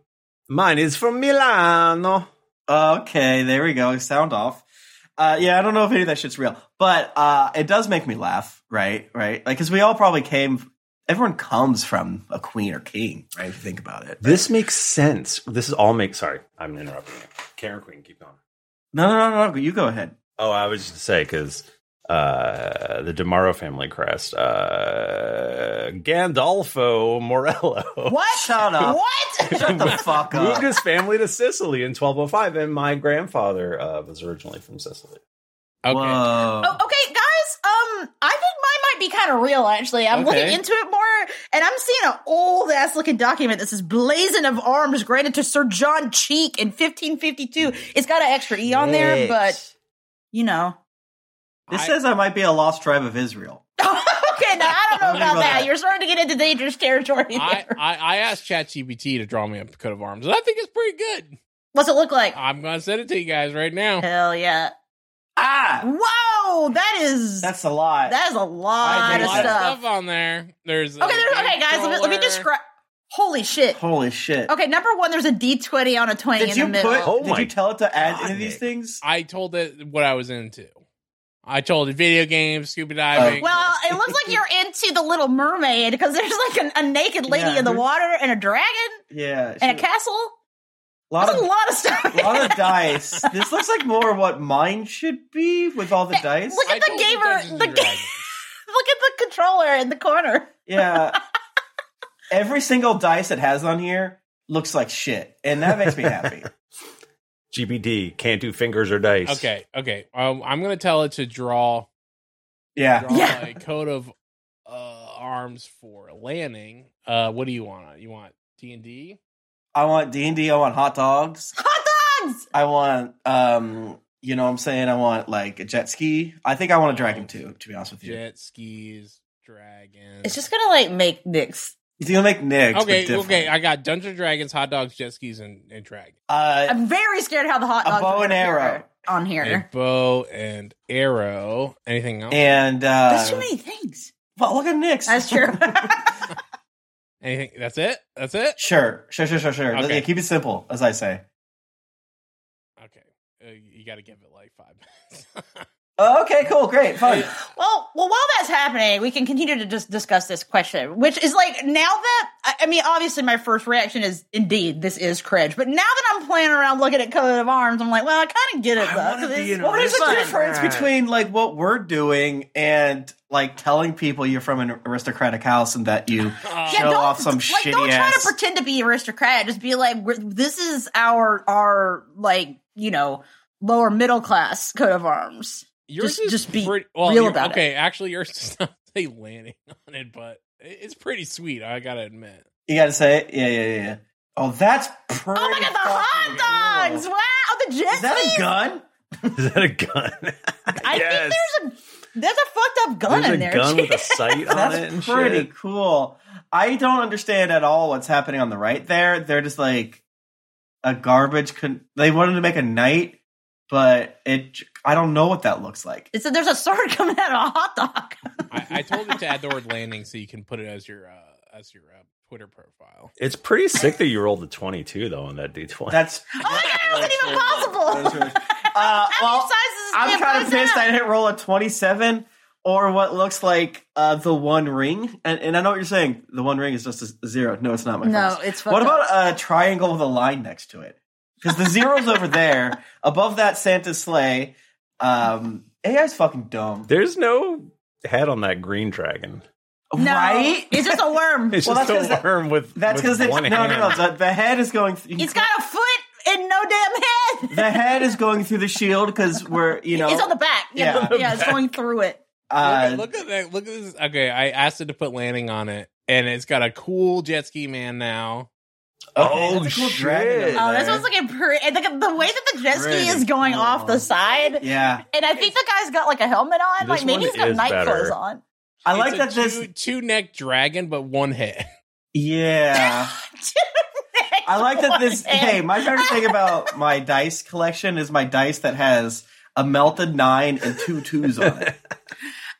[SPEAKER 1] Mine is from Milano.
[SPEAKER 3] Okay, there we go. Sound off. Uh, yeah, I don't know if any of that shit's real, but uh, it does make me laugh, right? Right? Like, because we all probably came, everyone comes from a queen or king, right? If you think about it.
[SPEAKER 1] This makes sense. This is all make. Sorry, I'm interrupting you. Karen Queen, keep going.
[SPEAKER 3] No, no, no, no. You go ahead.
[SPEAKER 1] Oh, I was just to say because uh, the Demaro family crest, uh, Gandolfo Morello
[SPEAKER 2] What?
[SPEAKER 3] Shut up.
[SPEAKER 2] What?
[SPEAKER 3] Shut the fuck
[SPEAKER 1] moved
[SPEAKER 3] up.
[SPEAKER 1] his family to Sicily in 1205, and my grandfather uh, was originally from Sicily.
[SPEAKER 4] Okay.
[SPEAKER 3] Whoa.
[SPEAKER 2] Oh, okay, guys. Um, I think mine might be kind of real. Actually, I'm
[SPEAKER 4] Okay.
[SPEAKER 2] looking into it more, and I'm seeing an old ass looking document that says "Blazon of Arms" granted to Sir John Cheek in 1552. It's got an extra e on there, but you know.
[SPEAKER 3] This
[SPEAKER 4] I-
[SPEAKER 3] says I might be a lost tribe of Israel.
[SPEAKER 2] okay, now I don't know
[SPEAKER 3] Don't
[SPEAKER 2] about
[SPEAKER 3] worry about
[SPEAKER 2] that.
[SPEAKER 3] that.
[SPEAKER 2] You're starting to get into dangerous territory.
[SPEAKER 4] I,
[SPEAKER 2] there.
[SPEAKER 4] I, I asked ChatGPT to draw me up a coat of arms, and I think it's pretty good.
[SPEAKER 2] What's it look like?
[SPEAKER 4] I'm gonna send it to you guys right now.
[SPEAKER 2] Hell yeah!
[SPEAKER 3] Ah!
[SPEAKER 2] Whoa, that is
[SPEAKER 3] That's a lot.
[SPEAKER 2] that is a lot
[SPEAKER 3] I
[SPEAKER 2] of
[SPEAKER 4] There's a
[SPEAKER 3] think
[SPEAKER 4] lot of
[SPEAKER 2] stuff.
[SPEAKER 4] stuff on there. There's a
[SPEAKER 2] Okay, there's, okay, guys. Let me, let me
[SPEAKER 4] controller.
[SPEAKER 2] describe. Holy shit!
[SPEAKER 3] Holy shit.
[SPEAKER 2] Okay, number one, there's a D20 on a twang
[SPEAKER 3] Did
[SPEAKER 2] in
[SPEAKER 3] you
[SPEAKER 2] the
[SPEAKER 3] put,
[SPEAKER 2] middle.
[SPEAKER 1] Oh
[SPEAKER 3] did
[SPEAKER 1] my
[SPEAKER 3] you tell it to add
[SPEAKER 1] God,
[SPEAKER 3] any of these
[SPEAKER 1] Nick.
[SPEAKER 3] things?
[SPEAKER 4] I told it what I was into. I told it video games, scuba diving.
[SPEAKER 2] well, it looks like you're into the Little Mermaid because there's like an, a naked lady
[SPEAKER 3] Yeah.
[SPEAKER 2] in the water and a dragon
[SPEAKER 3] Yeah.
[SPEAKER 2] and a
[SPEAKER 3] shit.
[SPEAKER 2] castle.
[SPEAKER 3] lot
[SPEAKER 2] There's a
[SPEAKER 3] of,
[SPEAKER 2] lot of stuff.
[SPEAKER 3] lot of dice. This looks like more what mine should be with all the
[SPEAKER 2] Hey,
[SPEAKER 3] dice.
[SPEAKER 2] look at-
[SPEAKER 4] I
[SPEAKER 2] the
[SPEAKER 4] told it
[SPEAKER 2] gamer-
[SPEAKER 4] Dungeons and
[SPEAKER 2] the ga-
[SPEAKER 4] Dragons.
[SPEAKER 2] Look at the controller in the corner.
[SPEAKER 3] Yeah. Every single dice it has on here looks like shit, and that makes me happy.
[SPEAKER 1] GBD can't do fingers or dice.
[SPEAKER 4] Okay, okay. Um, I'm gonna tell it to draw,
[SPEAKER 3] Yeah.
[SPEAKER 4] draw
[SPEAKER 2] Yeah.
[SPEAKER 4] a coat of uh, arms for landing. Uh, what do you want? You want D and D?
[SPEAKER 3] I want D&D, I want hot dogs.
[SPEAKER 2] Hot dogs!
[SPEAKER 3] I want um you know what I'm saying? I want like a jet ski. I think I want a dragon too, to be honest with you.
[SPEAKER 4] Jet skis, dragons.
[SPEAKER 2] It's just gonna like make Nick's.
[SPEAKER 3] It's gonna make Nick's
[SPEAKER 4] okay.
[SPEAKER 3] but different.
[SPEAKER 4] Okay, I got Dungeon Dragons, hot dogs, jet skis, and and dragon.
[SPEAKER 3] uh,
[SPEAKER 2] I'm very scared how the hot
[SPEAKER 3] A
[SPEAKER 2] dogs
[SPEAKER 3] bow
[SPEAKER 2] are
[SPEAKER 3] and
[SPEAKER 2] gonna appear
[SPEAKER 3] arrow.
[SPEAKER 2] on here.
[SPEAKER 4] A bow and arrow. Anything else?
[SPEAKER 3] and uh
[SPEAKER 2] That's too many things.
[SPEAKER 3] Well, look at Nick's.
[SPEAKER 2] That's true.
[SPEAKER 4] Anything? That's it. That's it.
[SPEAKER 3] sure, sure, sure, sure, sure.
[SPEAKER 4] Okay.
[SPEAKER 3] Yeah, keep it simple, as I say.
[SPEAKER 4] Okay. Uh, you got to give it like five minutes.
[SPEAKER 3] Oh, okay, cool, great, fun.
[SPEAKER 2] Well, well, while that's happening, we can continue to just discuss this question, which is like now that I, I mean, obviously, my first reaction is indeed this is cringe. But now that I'm playing around looking at coat of arms, I'm like, well, I kind of get it.
[SPEAKER 1] I
[SPEAKER 2] though,
[SPEAKER 1] wanna
[SPEAKER 2] 'cause
[SPEAKER 1] be
[SPEAKER 2] it's-
[SPEAKER 1] an
[SPEAKER 3] Well, there's a
[SPEAKER 1] Fun.
[SPEAKER 3] difference between like what we're doing and like telling people you're from an aristocratic house and that you
[SPEAKER 2] Yeah,
[SPEAKER 4] Um,
[SPEAKER 3] show
[SPEAKER 2] don't-
[SPEAKER 3] off some
[SPEAKER 2] like,
[SPEAKER 3] shitty
[SPEAKER 2] Don't try
[SPEAKER 3] ass.
[SPEAKER 2] to pretend to be aristocrat. Just be like, we're, this is our our like you know lower middle class coat of arms.
[SPEAKER 4] Yours
[SPEAKER 2] Just-
[SPEAKER 4] is
[SPEAKER 2] just be
[SPEAKER 4] pretty, well,
[SPEAKER 2] real
[SPEAKER 4] you-
[SPEAKER 2] about it.
[SPEAKER 4] Okay, actually, yours is not say landing on it, but it- it's pretty sweet. I gotta admit.
[SPEAKER 3] you gotta say it. Yeah, yeah, yeah. Oh, that's pretty.
[SPEAKER 2] Oh my god, the
[SPEAKER 3] fucking
[SPEAKER 2] hot
[SPEAKER 3] cool.
[SPEAKER 2] dogs! Wow, the Jets.
[SPEAKER 3] Is that a gun?
[SPEAKER 1] Is that a gun?
[SPEAKER 2] I think
[SPEAKER 1] Yes.
[SPEAKER 2] there's a there's a fucked up gun
[SPEAKER 1] There's
[SPEAKER 2] in
[SPEAKER 1] a
[SPEAKER 2] there.
[SPEAKER 1] gun with a sight on it and
[SPEAKER 3] That's pretty
[SPEAKER 1] shit.
[SPEAKER 3] cool. I don't understand at all what's happening on the right there. They're just like a garbage. Con- they wanted to make a knight, but it. I don't know what that looks like.
[SPEAKER 2] It's a, there's a sword coming out of a hot dog.
[SPEAKER 4] I, I told it to add the word landing so you can put it as your uh, as your uh, Twitter profile.
[SPEAKER 1] It's pretty sick that you rolled a 22 though on that d20.
[SPEAKER 3] That's.
[SPEAKER 2] Oh my god, it wasn't even
[SPEAKER 3] That's
[SPEAKER 2] possible.
[SPEAKER 3] really- uh,
[SPEAKER 2] How many
[SPEAKER 3] well,
[SPEAKER 2] sizes
[SPEAKER 3] I'm kind of pissed I
[SPEAKER 2] I,
[SPEAKER 3] didn't roll a 27 or what looks like uh, the One Ring. And, and I know what you're saying. The One Ring is just a z- zero. No, it's not my
[SPEAKER 2] no,
[SPEAKER 3] fault.
[SPEAKER 2] it's fucked
[SPEAKER 3] What
[SPEAKER 2] up.
[SPEAKER 3] about a triangle with a line next to it? Because the zero's over there. Above that, Santa's sleigh. Um, AI's fucking dumb.
[SPEAKER 1] There's no head on that green dragon.
[SPEAKER 2] no,
[SPEAKER 3] Right?
[SPEAKER 2] It's just a worm.
[SPEAKER 1] It's
[SPEAKER 3] Well,
[SPEAKER 1] just
[SPEAKER 3] that's 'cause
[SPEAKER 1] a
[SPEAKER 3] that-
[SPEAKER 1] worm with
[SPEAKER 3] That's
[SPEAKER 1] with
[SPEAKER 3] because it's. No,
[SPEAKER 1] one
[SPEAKER 3] no, no.
[SPEAKER 1] hand.
[SPEAKER 3] The, the head is going. Th-
[SPEAKER 2] it's got a foot and no damn head.
[SPEAKER 3] the head is going through the shield because we're, you know.
[SPEAKER 2] it's on the back. Yeah,
[SPEAKER 3] Yeah.
[SPEAKER 2] yeah, it's going through it.
[SPEAKER 3] uh,
[SPEAKER 4] look, at, look at that! Look at this. Okay, I asked it to put landing on it, and it's got a cool jet ski man now.
[SPEAKER 3] okay,
[SPEAKER 1] Oh,
[SPEAKER 3] that's a cool dragon
[SPEAKER 1] shit.
[SPEAKER 3] over
[SPEAKER 2] Oh, this
[SPEAKER 3] there.
[SPEAKER 2] one's looking pretty. and The, the way that the jet ski
[SPEAKER 3] Pretty
[SPEAKER 2] is going
[SPEAKER 3] cool.
[SPEAKER 2] off the side,
[SPEAKER 3] Yeah.
[SPEAKER 2] and I think the guy's got like a helmet on.
[SPEAKER 1] This
[SPEAKER 2] like maybe
[SPEAKER 1] one
[SPEAKER 2] he's got
[SPEAKER 1] is
[SPEAKER 2] night
[SPEAKER 1] better.
[SPEAKER 2] clothes on.
[SPEAKER 3] I
[SPEAKER 4] It's
[SPEAKER 3] like
[SPEAKER 4] a
[SPEAKER 3] that this.
[SPEAKER 4] two, two neck dragon, but one head.
[SPEAKER 3] Yeah. I like that this.
[SPEAKER 2] One
[SPEAKER 3] Hey,
[SPEAKER 2] hand.
[SPEAKER 3] my favorite thing about my dice collection is my dice that has a melted nine and two twos on it.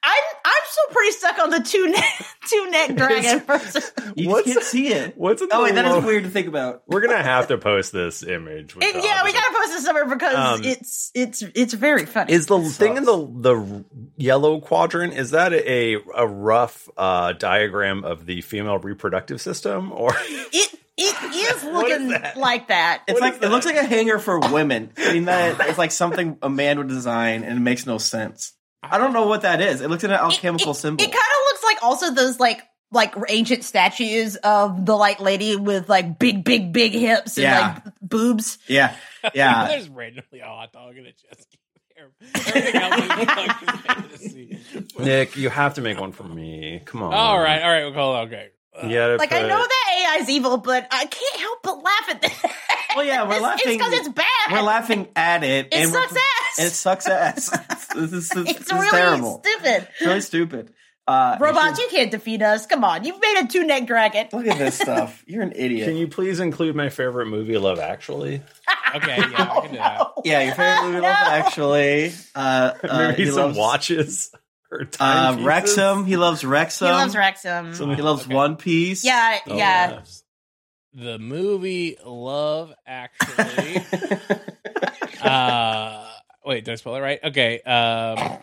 [SPEAKER 2] I'm I'm still pretty stuck on the two neck two neck dragon versus.
[SPEAKER 3] You just
[SPEAKER 1] What's-
[SPEAKER 3] can't see it.
[SPEAKER 1] What's at the
[SPEAKER 3] Oh wait, that
[SPEAKER 1] low-
[SPEAKER 3] is weird to think about.
[SPEAKER 1] We're gonna have to post this image. With
[SPEAKER 2] And
[SPEAKER 1] the
[SPEAKER 2] yeah, we
[SPEAKER 1] opposite-
[SPEAKER 2] gotta post this somewhere because
[SPEAKER 1] Um,
[SPEAKER 2] it's it's it's very funny.
[SPEAKER 1] Is the
[SPEAKER 3] It
[SPEAKER 1] thing in
[SPEAKER 3] sucks.
[SPEAKER 1] the the yellow quadrant is that a a rough uh, diagram of the female reproductive system or
[SPEAKER 2] it it is
[SPEAKER 1] What is
[SPEAKER 2] looking
[SPEAKER 1] that?
[SPEAKER 2] like that.
[SPEAKER 3] It's
[SPEAKER 1] What
[SPEAKER 3] like
[SPEAKER 1] is
[SPEAKER 3] it looks
[SPEAKER 1] that?
[SPEAKER 3] like a hanger for women. I mean, that it's like something a man would design, and it makes no sense. I don't know what that is. It looks like an alchemical symbol.
[SPEAKER 2] It kind of looks like also those like like ancient statues of the like lady with like big big big hips and
[SPEAKER 3] Yeah.
[SPEAKER 2] like boobs.
[SPEAKER 3] yeah, yeah.
[SPEAKER 4] There's randomly a hot dog and a jet ski. man. Everything else is fucking fantasy.
[SPEAKER 1] Nick? You have to make one for me. Come on.
[SPEAKER 4] All right, all right, we'll call it okay. Uh,
[SPEAKER 1] You gotta
[SPEAKER 2] Like I know
[SPEAKER 1] put-
[SPEAKER 2] that AI is evil, but I can't help but laugh at that.
[SPEAKER 3] Well, yeah, we're
[SPEAKER 2] It's
[SPEAKER 3] laughing-
[SPEAKER 2] because it's bad.
[SPEAKER 3] We're laughing at it.
[SPEAKER 2] It
[SPEAKER 3] and we're-
[SPEAKER 2] sucks ass.
[SPEAKER 3] and It sucks ass. this is, this
[SPEAKER 2] It's
[SPEAKER 3] is
[SPEAKER 2] really
[SPEAKER 3] terrible.
[SPEAKER 2] stupid.
[SPEAKER 3] It's really stupid. Uh, you
[SPEAKER 2] Robots, you can't defeat us. Come on, you've made a two neck dragon.
[SPEAKER 3] should- Look at this stuff. You're an idiot.
[SPEAKER 1] Can you please include my favorite movie, Love Actually?
[SPEAKER 4] Okay, yeah, I can do that.
[SPEAKER 2] Oh.
[SPEAKER 3] Yeah, your favorite movie, Love Actually. Uh, uh,
[SPEAKER 1] Maybe
[SPEAKER 3] he
[SPEAKER 1] some
[SPEAKER 3] loves
[SPEAKER 1] watches or
[SPEAKER 3] uh,
[SPEAKER 1] time
[SPEAKER 3] Wrexham. He loves
[SPEAKER 2] He
[SPEAKER 3] Wrexham.
[SPEAKER 2] loves Rexham.
[SPEAKER 1] Some-
[SPEAKER 3] He loves
[SPEAKER 4] Okay.
[SPEAKER 3] One Piece.
[SPEAKER 2] yeah,
[SPEAKER 1] Oh,
[SPEAKER 2] yeah.
[SPEAKER 4] The movie Love Actually. uh, wait, did I spell it right? Okay. Um,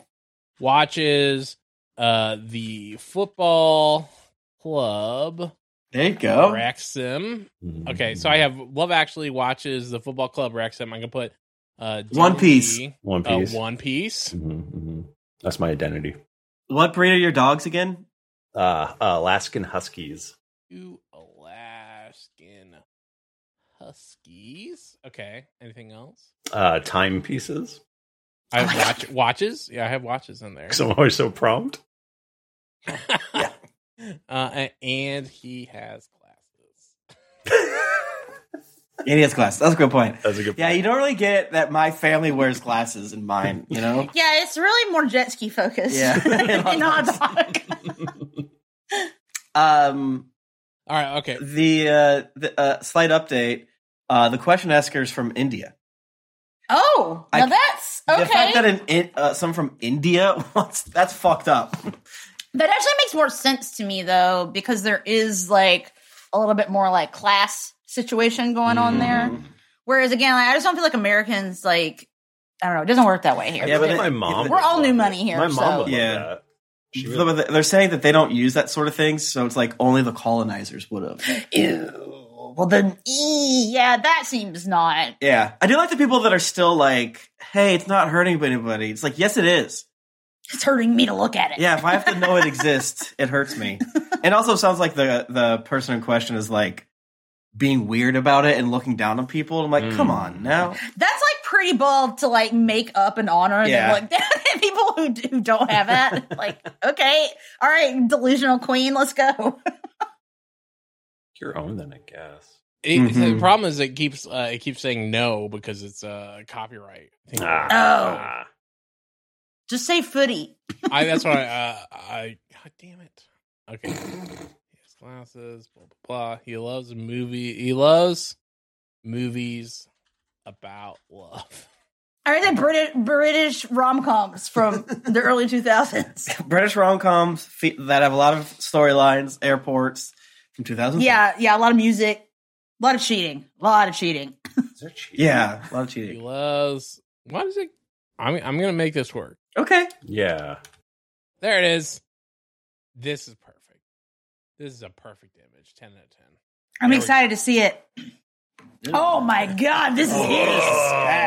[SPEAKER 4] watches uh, the football club
[SPEAKER 3] there you go.
[SPEAKER 4] Wrexham.
[SPEAKER 1] Mm-hmm.
[SPEAKER 4] Okay, so I have Love Actually watches the football club Wrexham. I'm gonna put uh,
[SPEAKER 3] One Piece.
[SPEAKER 4] D&D,
[SPEAKER 1] One
[SPEAKER 4] Uh,
[SPEAKER 1] Piece.
[SPEAKER 4] One Piece.
[SPEAKER 1] Mhm, mhm. That's my identity.
[SPEAKER 3] What breed are your dogs again?
[SPEAKER 1] Uh, Alaskan Huskies.
[SPEAKER 4] Two Alaskan Huskies. Okay. Anything else?
[SPEAKER 1] Uh, timepieces.
[SPEAKER 4] I have watch- watches. Yeah, I have watches in there.
[SPEAKER 1] Because I'm always so prompt.
[SPEAKER 4] uh, a- and he has glasses.
[SPEAKER 3] Yeah, he has glasses. That's a good point.
[SPEAKER 1] That's a good
[SPEAKER 3] Yeah,
[SPEAKER 1] point.
[SPEAKER 3] you don't really get it that my family wears glasses and mine, you know?
[SPEAKER 2] Yeah, it's really more jet ski focused.
[SPEAKER 3] Yeah.
[SPEAKER 2] and hot dog.
[SPEAKER 3] Um,
[SPEAKER 4] All right. Okay.
[SPEAKER 3] the uh, the uh, slight update uh, the question asker is from India.
[SPEAKER 2] Oh,
[SPEAKER 3] I-
[SPEAKER 2] now that's okay.
[SPEAKER 3] The fact that an in, uh, some from India, wants- that's fucked up.
[SPEAKER 2] That actually makes more sense to me though, because there is like a little bit more like
[SPEAKER 3] Mm-hmm.
[SPEAKER 2] class situation going on there. Whereas again, like, I just don't feel like Americans like I don't know. It doesn't work that way here.
[SPEAKER 3] Yeah, but
[SPEAKER 1] I
[SPEAKER 3] it-
[SPEAKER 1] my mom.
[SPEAKER 2] We're
[SPEAKER 1] would
[SPEAKER 2] all new
[SPEAKER 1] love
[SPEAKER 2] money
[SPEAKER 1] it.
[SPEAKER 2] here,
[SPEAKER 1] My mom
[SPEAKER 2] so-
[SPEAKER 1] would love
[SPEAKER 3] Yeah.
[SPEAKER 1] that. She would-
[SPEAKER 3] But They're saying that they don't use that sort of thing, so it's like only the colonizers would have.
[SPEAKER 2] Ew. Well, then, ee, yeah, that seems not.
[SPEAKER 3] Yeah, I do like the people that are still like, "Hey, it's not hurting anybody." It's like, yes, it is.
[SPEAKER 2] It's hurting me to look at it.
[SPEAKER 3] Yeah, if I have to know it exists, it hurts me. It also sounds like the the person in question is like being weird about it and looking down on people. I'm like, come
[SPEAKER 1] Mm.
[SPEAKER 3] on now.
[SPEAKER 2] That's like pretty bold to like make up an honor and
[SPEAKER 3] Yeah.
[SPEAKER 2] then look down at people who, d- who don't have it. like, okay, all right, delusional queen, let's go.
[SPEAKER 1] Your own, then I guess.
[SPEAKER 4] It,
[SPEAKER 3] Mhm.
[SPEAKER 1] Mm-hmm.
[SPEAKER 4] The problem is it keeps uh, it keeps saying no because it's uh, copyright. I think-
[SPEAKER 1] Ah.
[SPEAKER 2] Oh. Just say footy.
[SPEAKER 4] I that's why uh, I God damn it. Okay. His glasses, blah blah blah. He loves movie he loves movies about love.
[SPEAKER 2] Are they British British rom coms from the early two thousands?
[SPEAKER 3] British rom coms fe- that have a lot of storylines, airports from 2000.
[SPEAKER 2] Yeah, yeah, a lot of music, a lot of cheating, a lot of cheating.
[SPEAKER 1] Is there cheating?
[SPEAKER 3] yeah, a lot of
[SPEAKER 4] He
[SPEAKER 3] cheating.
[SPEAKER 4] loves why does it I'm I'm gonna make this work.
[SPEAKER 3] Okay,
[SPEAKER 1] Yeah.
[SPEAKER 4] There it is. This is perfect. This is a perfect image. Ten out of ten.
[SPEAKER 2] I'm
[SPEAKER 4] There we
[SPEAKER 2] excited to see it. Oh my god, this is hideous.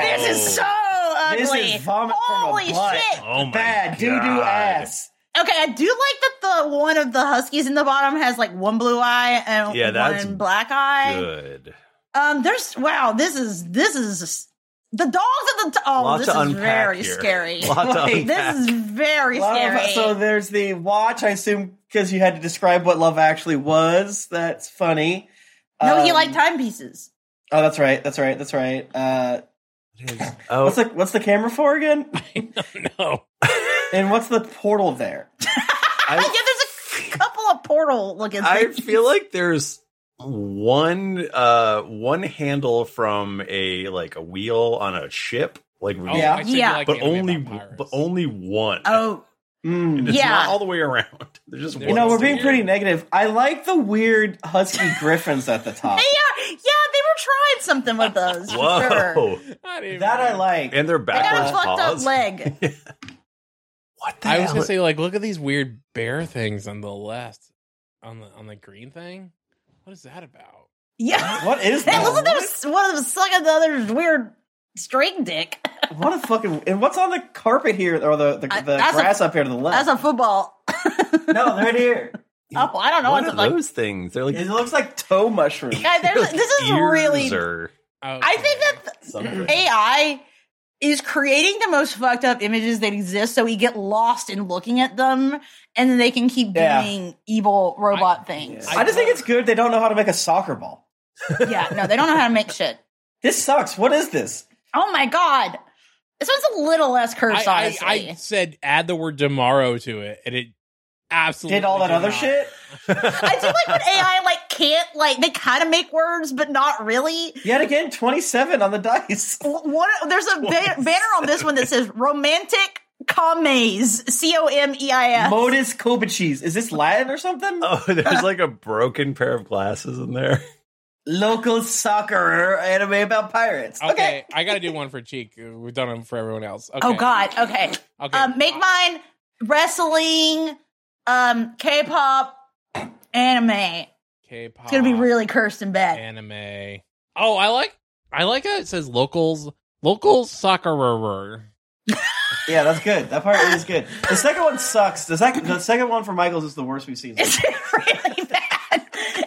[SPEAKER 2] This is so ugly.
[SPEAKER 3] This is vomit from a
[SPEAKER 2] Holy
[SPEAKER 3] butt.
[SPEAKER 2] shit!
[SPEAKER 1] Oh my
[SPEAKER 3] bad doo doo
[SPEAKER 1] God.
[SPEAKER 3] ass.
[SPEAKER 2] Okay, I do like that the one of the huskies in the bottom has like one blue eye and
[SPEAKER 1] Yeah, that's
[SPEAKER 2] one black eye.
[SPEAKER 1] Good.
[SPEAKER 2] Um, there's wow, this is this is the dogs at the t- oh,
[SPEAKER 1] Lot
[SPEAKER 2] this
[SPEAKER 1] to
[SPEAKER 2] is
[SPEAKER 1] unpack
[SPEAKER 2] very
[SPEAKER 1] here.
[SPEAKER 2] scary.
[SPEAKER 1] Lot to
[SPEAKER 3] Like,
[SPEAKER 1] unpack.
[SPEAKER 2] this is very
[SPEAKER 3] Love-
[SPEAKER 2] scary.
[SPEAKER 3] so there's the watch. I assume because you had to describe what love actually was. That's funny.
[SPEAKER 2] no, he
[SPEAKER 3] Um,
[SPEAKER 2] liked timepieces.
[SPEAKER 3] Oh, that's right. That's right. That's right. Uh,
[SPEAKER 1] oh,
[SPEAKER 3] what's the what's the camera for again?
[SPEAKER 4] No.
[SPEAKER 3] and what's the portal there?
[SPEAKER 2] Yeah,
[SPEAKER 1] I,
[SPEAKER 2] there's a couple of portal looking
[SPEAKER 1] I
[SPEAKER 2] things.
[SPEAKER 1] feel like there's one uh one handle from a like a wheel on a ship, like
[SPEAKER 4] Oh,
[SPEAKER 3] Yeah.
[SPEAKER 4] I said you
[SPEAKER 2] Yeah.
[SPEAKER 4] like
[SPEAKER 1] but
[SPEAKER 4] anime
[SPEAKER 1] only
[SPEAKER 4] about pirates.
[SPEAKER 1] but only one.
[SPEAKER 2] Oh,
[SPEAKER 1] And
[SPEAKER 3] Mm.
[SPEAKER 1] it's
[SPEAKER 2] Yeah.
[SPEAKER 1] not all the way around. There's just
[SPEAKER 4] You
[SPEAKER 1] one.
[SPEAKER 3] You know, we're
[SPEAKER 4] What's
[SPEAKER 3] being
[SPEAKER 4] the-
[SPEAKER 3] pretty negative. I like the weird husky griffins at the top.
[SPEAKER 2] yeah, yeah, they were trying something with those. For
[SPEAKER 1] Whoa.
[SPEAKER 2] sure.
[SPEAKER 4] Not even-
[SPEAKER 3] That I like.
[SPEAKER 1] And they're
[SPEAKER 2] They got
[SPEAKER 1] backwards
[SPEAKER 2] a fucked up
[SPEAKER 1] paws.
[SPEAKER 2] leg.
[SPEAKER 1] What the
[SPEAKER 4] I was
[SPEAKER 1] hell?
[SPEAKER 4] gonna say, like, look at these weird bear things on the left, on the on the green thing. What is that about?
[SPEAKER 2] Yeah.
[SPEAKER 3] what is
[SPEAKER 2] Hey,
[SPEAKER 3] that?
[SPEAKER 2] listen to this- one of them sucking the other's weird string dick.
[SPEAKER 3] What a fucking and what's on the carpet here or the the,
[SPEAKER 2] I-
[SPEAKER 3] the
[SPEAKER 2] Uh, that's a-
[SPEAKER 3] grass up here to the left?
[SPEAKER 2] That's a football.
[SPEAKER 3] no, right here.
[SPEAKER 2] Oh, I don't know.
[SPEAKER 1] what
[SPEAKER 2] It's
[SPEAKER 1] are
[SPEAKER 2] like,
[SPEAKER 1] those things? They're like,
[SPEAKER 3] It looks like toe mushrooms.
[SPEAKER 2] yeah,
[SPEAKER 1] they're
[SPEAKER 2] there's,
[SPEAKER 1] like
[SPEAKER 2] this is
[SPEAKER 1] ears
[SPEAKER 2] really.
[SPEAKER 1] or
[SPEAKER 4] Oh,
[SPEAKER 2] I think that
[SPEAKER 1] something.
[SPEAKER 2] AI is creating the most fucked up images that exist, so we get lost in looking at them, and then they can keep
[SPEAKER 3] Yeah.
[SPEAKER 2] doing evil robot things.
[SPEAKER 3] I just think it's good they don't know how to make a soccer ball.
[SPEAKER 2] yeah, no, they don't know how to make shit.
[SPEAKER 3] This sucks. What is this?
[SPEAKER 2] Oh my god, this one's a little less cursed,
[SPEAKER 4] I,
[SPEAKER 2] honestly.
[SPEAKER 4] I, I said add the word Demaro to it, and it absolutely
[SPEAKER 3] Did all that
[SPEAKER 4] did
[SPEAKER 3] other
[SPEAKER 4] not.
[SPEAKER 3] shit?
[SPEAKER 2] I do like when AI like can't like they kind of make words, but not really.
[SPEAKER 3] Yet again, 27 on the dice.
[SPEAKER 2] One, there's a ba- banner on this one that says romantic commies, C O M E I S.
[SPEAKER 3] Modus Kobachi's. Is this Latin or something?
[SPEAKER 1] Oh, there's like a broken pair of glasses in there.
[SPEAKER 3] Local soccer anime about pirates.
[SPEAKER 4] Okay,
[SPEAKER 3] Okay.
[SPEAKER 4] I gotta do one for Cheek. We've done them for everyone else. Okay.
[SPEAKER 2] Oh God. Okay.
[SPEAKER 4] Okay.
[SPEAKER 2] Um, make mine wrestling, um, K-pop, anime. It's
[SPEAKER 4] K-pop.
[SPEAKER 2] gonna be really cursed and bad.
[SPEAKER 4] anime. Oh, I like I like how it says locals locals soccerer.
[SPEAKER 3] Yeah, that's good. That part is good. The second one sucks. The second the second one for Michaels is the worst we've seen.
[SPEAKER 2] It's really bad.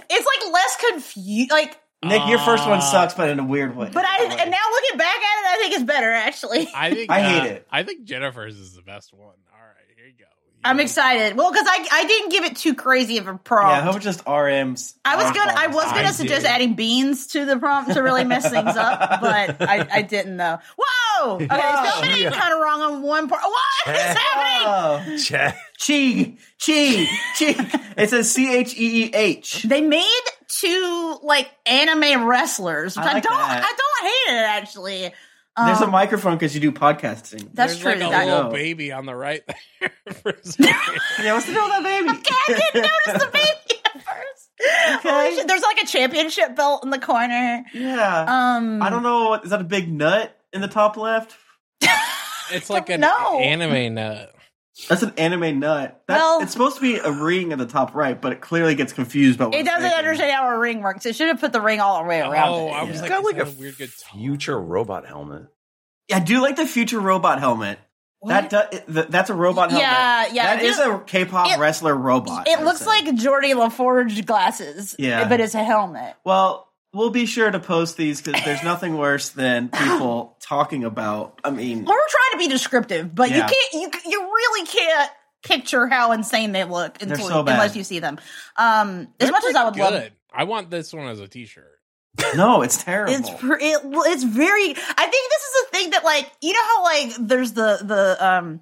[SPEAKER 2] It's like less confused. Like,
[SPEAKER 3] Nick, your first one
[SPEAKER 4] Uh,
[SPEAKER 3] sucks, but in a weird way.
[SPEAKER 2] but I and now looking back at it, I think it's better actually.
[SPEAKER 4] I think
[SPEAKER 3] I hate
[SPEAKER 4] uh,
[SPEAKER 3] it.
[SPEAKER 4] I think Jennifer's is the best one. All right, here you go.
[SPEAKER 2] I'm
[SPEAKER 4] You-
[SPEAKER 2] excited. Well, because I I didn't give it too crazy of a prompt.
[SPEAKER 3] yeah, I hope it's just RMs.
[SPEAKER 2] I was gonna I was gonna
[SPEAKER 1] I
[SPEAKER 2] suggest
[SPEAKER 1] did.
[SPEAKER 2] adding beans to the prompt to really mess things up, but I, I didn't though. Whoa! Okay, so
[SPEAKER 3] Whoa.
[SPEAKER 2] I'm getting kind of wrong on one part. What is
[SPEAKER 1] Yeah.
[SPEAKER 2] happening?
[SPEAKER 3] Oh.
[SPEAKER 1] Check.
[SPEAKER 3] Cheek, cheek, cheek. It says C H E E H.
[SPEAKER 2] They made two like anime wrestlers, which
[SPEAKER 3] I
[SPEAKER 2] I,
[SPEAKER 3] like
[SPEAKER 2] don't
[SPEAKER 3] that.
[SPEAKER 2] I don't hate it actually. Um,
[SPEAKER 3] There's a microphone because you do podcasting.
[SPEAKER 2] that's
[SPEAKER 4] There's
[SPEAKER 2] true.
[SPEAKER 4] Like a
[SPEAKER 2] that-
[SPEAKER 4] little
[SPEAKER 3] know.
[SPEAKER 4] baby on the right there. for a second.
[SPEAKER 3] Yeah, what's the deal with that baby?
[SPEAKER 2] I didn't notice the baby at first. Holy shit, There's like a championship belt in the corner.
[SPEAKER 3] Yeah.
[SPEAKER 2] Um
[SPEAKER 3] I don't know. Is that a big nut in the top left?
[SPEAKER 4] It's like an
[SPEAKER 2] No.
[SPEAKER 4] anime nut.
[SPEAKER 3] That's an anime nut. That,
[SPEAKER 2] Well-
[SPEAKER 3] it's supposed to be a ring at the top right, but it clearly gets confused by what
[SPEAKER 2] It
[SPEAKER 3] it's
[SPEAKER 2] doesn't
[SPEAKER 3] thinking.
[SPEAKER 2] understand how a ring works. It should have put the ring all the way around.
[SPEAKER 4] Oh,
[SPEAKER 2] it.
[SPEAKER 4] I was like,
[SPEAKER 1] got
[SPEAKER 4] is
[SPEAKER 1] like
[SPEAKER 4] that
[SPEAKER 1] a
[SPEAKER 4] a weird good
[SPEAKER 1] future robot helmet.
[SPEAKER 3] Yeah, I do like the future robot helmet.
[SPEAKER 2] What?
[SPEAKER 3] That do, it- th- that's a robot helmet.
[SPEAKER 2] Yeah, yeah.
[SPEAKER 3] That
[SPEAKER 2] It
[SPEAKER 3] is
[SPEAKER 2] looks-
[SPEAKER 3] a K-pop
[SPEAKER 2] it-
[SPEAKER 3] wrestler robot. I
[SPEAKER 2] It
[SPEAKER 3] would
[SPEAKER 2] looks
[SPEAKER 3] say.
[SPEAKER 2] like Jordi LaForge glasses.
[SPEAKER 3] Yeah.
[SPEAKER 2] But it's a helmet.
[SPEAKER 3] Well, we'll be sure to post these because there's nothing worse than people talking about. I mean,
[SPEAKER 2] We're trying to be descriptive, but
[SPEAKER 3] Yeah.
[SPEAKER 2] you can't. You you really can't picture how insane they look until,
[SPEAKER 3] so bad.
[SPEAKER 2] unless you see them. Um, as much as I would
[SPEAKER 4] good.
[SPEAKER 2] love
[SPEAKER 4] I want this one as a T-shirt.
[SPEAKER 3] no, it's terrible.
[SPEAKER 2] It's pr- it, it's very. I think this is a thing that like you know how like there's the the um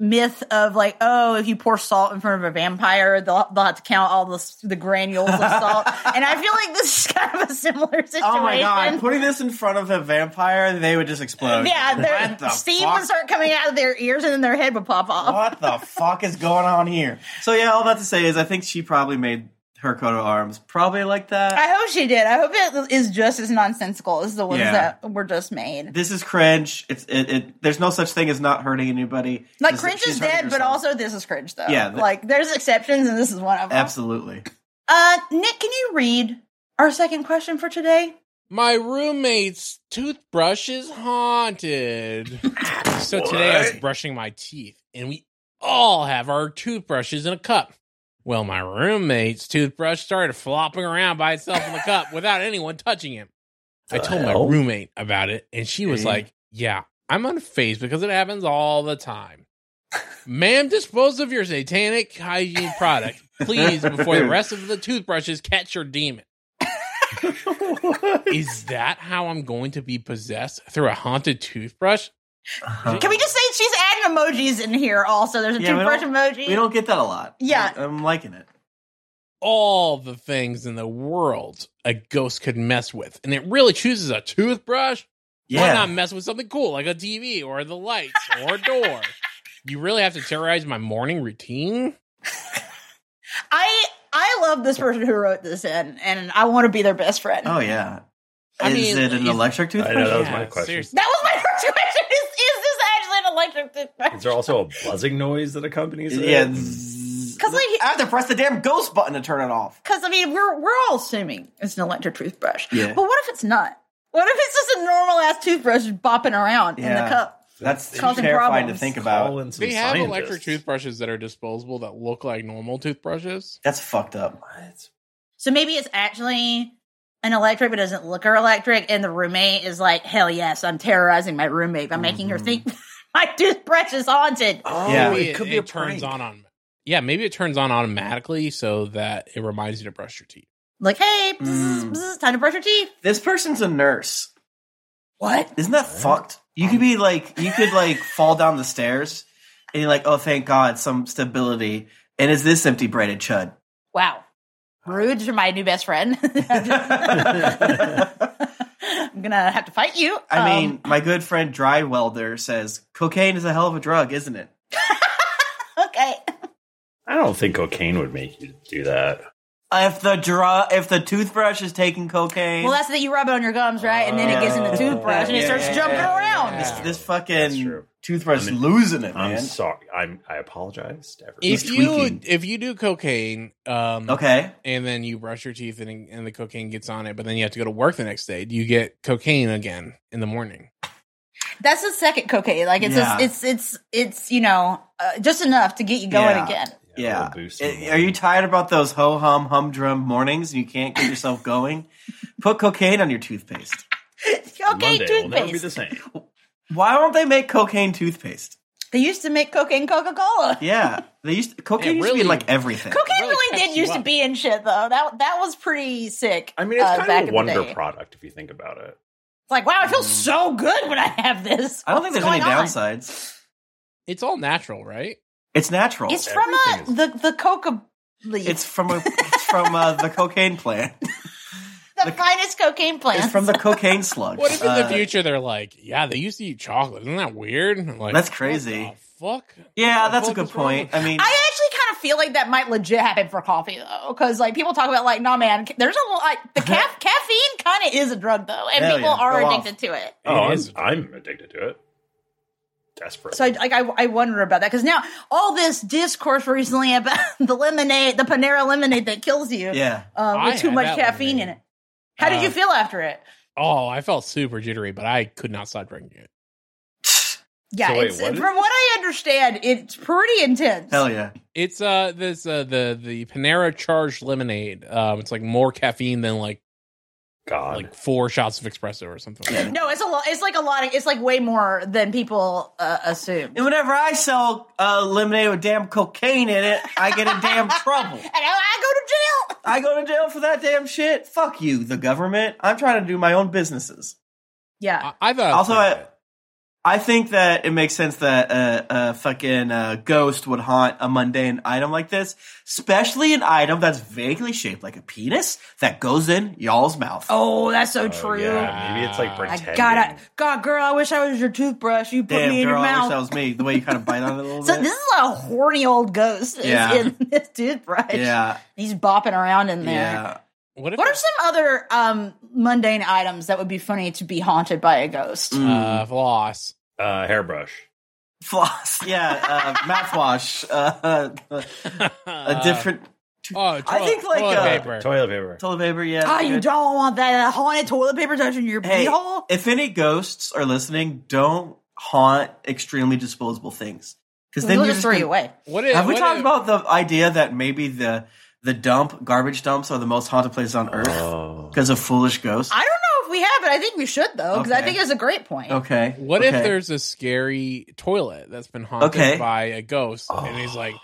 [SPEAKER 2] myth of like oh if you pour salt in front of a vampire they'll, they'll have to count all the s- the granules of salt and I feel like this is kind of a similar situation.
[SPEAKER 3] oh my god! Putting this in front of a vampire, they would just explode.
[SPEAKER 2] yeah, their
[SPEAKER 3] what the
[SPEAKER 2] steam
[SPEAKER 3] fuck?
[SPEAKER 2] would start coming out of their ears and then their head would pop off.
[SPEAKER 3] What the fuck is going on here? So yeah, all that to say is, I think she probably made her coat of arms probably like that.
[SPEAKER 2] I hope she did. I hope it is just as nonsensical as the ones
[SPEAKER 3] Yeah.
[SPEAKER 2] that were just made.
[SPEAKER 3] this is cringe. It's it, it. There's no such thing as not hurting anybody.
[SPEAKER 2] Like
[SPEAKER 3] Just-
[SPEAKER 2] cringe
[SPEAKER 3] she's
[SPEAKER 2] is
[SPEAKER 3] hurting
[SPEAKER 2] dead, but
[SPEAKER 3] herself.
[SPEAKER 2] also this is cringe though.
[SPEAKER 3] Yeah, th-
[SPEAKER 2] like there's exceptions, and this is one of them.
[SPEAKER 3] absolutely.
[SPEAKER 2] Uh, Nick, can you read our second question for today?
[SPEAKER 4] My roommate's toothbrush is haunted. so today I was
[SPEAKER 1] What?
[SPEAKER 4] brushing my teeth, and we all have our toothbrushes in a cup. Well, my roommate's toothbrush started flopping around by itself in the cup without anyone touching it. I
[SPEAKER 1] The
[SPEAKER 4] told
[SPEAKER 1] hell?
[SPEAKER 4] my roommate about it, and she was
[SPEAKER 3] Okay.
[SPEAKER 4] like, Yeah, I'm unfazed because it happens all the time. Ma'am, dispose of your satanic hygiene product, please, before the rest of the toothbrushes catch your demon. Is that how I'm going to be possessed through a haunted toothbrush?
[SPEAKER 3] Uh-huh.
[SPEAKER 2] Can we just say she's adding emojis in here? Also, there's a
[SPEAKER 3] Yeah, we
[SPEAKER 2] toothbrush
[SPEAKER 3] don't-
[SPEAKER 2] emoji.
[SPEAKER 3] We don't get that a lot.
[SPEAKER 2] Yeah.
[SPEAKER 3] I, am liking it.
[SPEAKER 4] All the things in the world a ghost could mess with, and it really chooses a toothbrush. Why
[SPEAKER 3] Yeah,
[SPEAKER 4] not mess with something cool like a TV or the lights or a door? You really have to terrorize my morning routine?
[SPEAKER 2] I I love this person who wrote this in, and I want to be their best friend.
[SPEAKER 3] Oh yeah.
[SPEAKER 4] I
[SPEAKER 3] is
[SPEAKER 4] mean,
[SPEAKER 3] it an
[SPEAKER 4] is-
[SPEAKER 3] electric toothbrush?
[SPEAKER 1] I know, that was my question.
[SPEAKER 4] seriously.
[SPEAKER 2] That was my first question. Is, is this actually an electric
[SPEAKER 1] Is
[SPEAKER 2] toothbrush?
[SPEAKER 1] there also a buzzing noise that accompanies it?
[SPEAKER 3] Yeah.
[SPEAKER 2] Because
[SPEAKER 3] Because
[SPEAKER 2] like-
[SPEAKER 3] I have to press the damn ghost button to turn it off.
[SPEAKER 2] Because I mean, we're we're all assuming it's an electric toothbrush.
[SPEAKER 3] Yeah.
[SPEAKER 2] But what if it's not? What if it's just a normal ass toothbrush bopping around in
[SPEAKER 3] Yeah.
[SPEAKER 2] the cup?
[SPEAKER 3] That's
[SPEAKER 1] It's
[SPEAKER 2] causing
[SPEAKER 3] terrifying to
[SPEAKER 2] problems.
[SPEAKER 3] think
[SPEAKER 1] Call
[SPEAKER 3] about.
[SPEAKER 1] in some
[SPEAKER 4] They have
[SPEAKER 1] scientists.
[SPEAKER 4] electric toothbrushes that are disposable that look like normal toothbrushes.
[SPEAKER 3] That's fucked up.
[SPEAKER 1] What?
[SPEAKER 2] So maybe it's actually an electric, but doesn't look her electric. And the roommate is like, hell yes, I'm terrorizing my roommate by making her
[SPEAKER 3] Mhm.
[SPEAKER 2] think my toothbrush is haunted.
[SPEAKER 1] Oh,
[SPEAKER 3] Yeah.
[SPEAKER 1] it could be a
[SPEAKER 4] turns
[SPEAKER 1] prank.
[SPEAKER 4] on on. Yeah, maybe it turns on automatically so that it reminds you to brush your teeth.
[SPEAKER 2] Like, hey, bzz,
[SPEAKER 3] Mm.
[SPEAKER 2] bzz, time to brush your teeth.
[SPEAKER 3] This person's a nurse.
[SPEAKER 2] What? Um.
[SPEAKER 3] Isn't that fucked? You could be like, you could like fall down the stairs, and you're like, oh, thank God, some stability. And is this empty braided chud?
[SPEAKER 2] Wow. Rude, you're my new best friend. I'm gonna have to fight you.
[SPEAKER 3] I
[SPEAKER 2] Um,
[SPEAKER 3] mean, my good friend Dry Welder says cocaine is a hell of a drug, isn't it?
[SPEAKER 2] Um, okay.
[SPEAKER 1] I don't think cocaine would make you do that.
[SPEAKER 3] If the dra- if the toothbrush is taking cocaine,
[SPEAKER 2] Well, that's that you rub it on your gums, right? And then it gets in the
[SPEAKER 1] Oh.
[SPEAKER 2] toothbrush and it
[SPEAKER 1] Yeah.
[SPEAKER 2] starts jumping around.
[SPEAKER 3] this, this
[SPEAKER 1] That's
[SPEAKER 3] fucking
[SPEAKER 1] true.
[SPEAKER 3] toothbrush
[SPEAKER 1] I mean,
[SPEAKER 3] is losing it,
[SPEAKER 1] I'm
[SPEAKER 3] man.
[SPEAKER 1] sorry. I'm. I apologize to everyone.
[SPEAKER 4] If
[SPEAKER 3] He's
[SPEAKER 4] you
[SPEAKER 3] tweaking.
[SPEAKER 4] if you do cocaine, um,
[SPEAKER 3] okay,
[SPEAKER 4] and then you brush your teeth and and the cocaine gets on it, but then you have to go to work the next day. Do you get cocaine again in the morning?
[SPEAKER 2] That's the second cocaine. Like it's
[SPEAKER 3] Yeah.
[SPEAKER 2] it's it's it's you know uh, just enough to get you going
[SPEAKER 3] Yeah.
[SPEAKER 2] again.
[SPEAKER 3] yeah.
[SPEAKER 1] we'll boost
[SPEAKER 3] I-
[SPEAKER 1] them.
[SPEAKER 3] Are you tired about those ho hum humdrum mornings and you can't get yourself going? Put cocaine on your toothpaste.
[SPEAKER 2] cocaine
[SPEAKER 1] Monday will never be
[SPEAKER 2] toothpaste.
[SPEAKER 1] the same.
[SPEAKER 3] Why won't they make cocaine toothpaste?
[SPEAKER 2] they used to make cocaine Coca Cola.
[SPEAKER 3] Yeah, they used cocaine
[SPEAKER 4] It
[SPEAKER 3] used to be
[SPEAKER 4] really-
[SPEAKER 3] in, like everything.
[SPEAKER 2] Cocaine
[SPEAKER 4] Really
[SPEAKER 2] really,
[SPEAKER 4] picks
[SPEAKER 2] did
[SPEAKER 4] you
[SPEAKER 2] used to
[SPEAKER 4] up.
[SPEAKER 2] be in shit though. That that was pretty sick.
[SPEAKER 1] I mean, it's
[SPEAKER 2] uh, back
[SPEAKER 1] kind
[SPEAKER 2] in
[SPEAKER 1] of
[SPEAKER 2] the
[SPEAKER 1] a wonder Mm.
[SPEAKER 2] day.
[SPEAKER 1] product if you think about it.
[SPEAKER 2] It's like wow, I feel so good when I have this.
[SPEAKER 3] I don't think
[SPEAKER 2] What's
[SPEAKER 3] there's any
[SPEAKER 2] going on?
[SPEAKER 3] downsides.
[SPEAKER 4] It's all natural, right?
[SPEAKER 3] It's natural.
[SPEAKER 2] It's
[SPEAKER 3] It's,
[SPEAKER 2] from uh,
[SPEAKER 1] Everything
[SPEAKER 2] the the coca leaf.
[SPEAKER 3] from a, it's from uh, the cocaine plant.
[SPEAKER 2] the,
[SPEAKER 3] the-
[SPEAKER 2] finest cocaine plant.
[SPEAKER 3] It's from the cocaine Uh, slug.
[SPEAKER 4] What if in the future they're like, yeah, they used to eat chocolate. Isn't that weird? I'm Like
[SPEAKER 3] That's
[SPEAKER 4] what
[SPEAKER 3] crazy.
[SPEAKER 4] the fuck.
[SPEAKER 3] Yeah,
[SPEAKER 4] What the
[SPEAKER 3] that's a
[SPEAKER 4] fuck
[SPEAKER 3] good
[SPEAKER 4] is wrong
[SPEAKER 3] point.
[SPEAKER 4] with-
[SPEAKER 3] I mean,
[SPEAKER 2] I actually kind of feel like that might legit happen for coffee though, because like people talk about like, no man, ca- there's a like the caf- caffeine kind of is a drug though, and
[SPEAKER 3] Hell
[SPEAKER 2] people
[SPEAKER 3] yeah,
[SPEAKER 2] are
[SPEAKER 3] go off.
[SPEAKER 2] addicted to it.
[SPEAKER 1] Oh,
[SPEAKER 4] It
[SPEAKER 1] I'm,
[SPEAKER 4] is.
[SPEAKER 1] I'm addicted to it. desperate.
[SPEAKER 2] So I, like, I, I wonder about that because now all this discourse recently about the lemonade, the Panera lemonade that kills you
[SPEAKER 3] Yeah.
[SPEAKER 2] uh,
[SPEAKER 4] I
[SPEAKER 2] with too
[SPEAKER 4] had
[SPEAKER 2] much
[SPEAKER 4] that
[SPEAKER 2] caffeine in
[SPEAKER 4] lemonade.
[SPEAKER 2] it. How did
[SPEAKER 4] Uh,
[SPEAKER 2] you feel after it?
[SPEAKER 4] Oh, I felt super jittery, but I could not stop drinking it.
[SPEAKER 2] Yeah,
[SPEAKER 1] so wait,
[SPEAKER 2] it's,
[SPEAKER 1] what is-
[SPEAKER 2] from what I understand, it's pretty intense.
[SPEAKER 3] Hell yeah.
[SPEAKER 4] It's uh this uh the the Panera charged lemonade. Um, it's like more caffeine than like
[SPEAKER 1] God,
[SPEAKER 4] like four shots of espresso or something. Like that.
[SPEAKER 2] No, it's a lot. It's like a lot. Of, it's like way more than people uh, assume.
[SPEAKER 3] And whenever I sell uh, lemonade with damn cocaine in it, I get in damn trouble.
[SPEAKER 2] And I, I go to jail.
[SPEAKER 3] I go to jail for that damn shit. Fuck you, the government. I'm trying to do my own businesses.
[SPEAKER 2] Yeah,
[SPEAKER 4] I, I thought it was
[SPEAKER 3] Also,
[SPEAKER 4] pretty
[SPEAKER 3] I-
[SPEAKER 4] good.
[SPEAKER 3] I think that it makes sense that a, a fucking uh, ghost would haunt a mundane item like this, especially an item that's vaguely shaped like a penis that goes in y'all's mouth.
[SPEAKER 2] Oh, that's so
[SPEAKER 1] Oh,
[SPEAKER 2] true.
[SPEAKER 1] yeah. Maybe it's like
[SPEAKER 4] I
[SPEAKER 2] I
[SPEAKER 1] pretending.
[SPEAKER 2] gotta, God, girl, I wish I was your toothbrush. You put
[SPEAKER 3] Damn,
[SPEAKER 2] me in your
[SPEAKER 3] girl, I wish
[SPEAKER 2] mouth.
[SPEAKER 3] that was me. The way you kind of bite on it a little
[SPEAKER 2] so
[SPEAKER 3] bit.
[SPEAKER 2] this is a horny old ghost is
[SPEAKER 3] Yeah.
[SPEAKER 2] in this toothbrush.
[SPEAKER 3] yeah,
[SPEAKER 2] He's bopping around in there.
[SPEAKER 3] yeah.
[SPEAKER 4] what if
[SPEAKER 2] What are some other um, mundane items that would be funny to be haunted by a ghost?
[SPEAKER 3] Mm.
[SPEAKER 4] uh floss?
[SPEAKER 1] uh, hairbrush.
[SPEAKER 3] Floss. Yeah, uh, mouthwash. Uh, uh, a different
[SPEAKER 4] oh,
[SPEAKER 3] I think, like,
[SPEAKER 4] toilet
[SPEAKER 3] uh,
[SPEAKER 4] paper.
[SPEAKER 1] Toilet paper.
[SPEAKER 3] toilet paper. Yeah.
[SPEAKER 2] Ah, you
[SPEAKER 3] good.
[SPEAKER 2] don't want that haunted toilet paper touching your
[SPEAKER 3] Hey.
[SPEAKER 2] beehole.
[SPEAKER 3] if any ghosts are listening, don't haunt extremely disposable things because then
[SPEAKER 2] We'll
[SPEAKER 3] you're
[SPEAKER 2] just
[SPEAKER 3] just
[SPEAKER 2] throw
[SPEAKER 3] gonna-
[SPEAKER 2] you away.
[SPEAKER 4] what if,
[SPEAKER 3] Have we
[SPEAKER 4] what
[SPEAKER 3] talked
[SPEAKER 4] if-
[SPEAKER 3] about the idea that maybe the the dump garbage dumps are the most haunted places on earth
[SPEAKER 1] Oh.
[SPEAKER 3] because of foolish ghosts?
[SPEAKER 2] I don't know if we have, but I think we should though, because I
[SPEAKER 3] Okay.
[SPEAKER 2] think it's a great point.
[SPEAKER 3] okay.
[SPEAKER 4] What
[SPEAKER 3] okay.
[SPEAKER 4] if there's a scary toilet that's been haunted
[SPEAKER 3] Okay.
[SPEAKER 4] by a ghost, and he's
[SPEAKER 1] Oh.
[SPEAKER 4] like,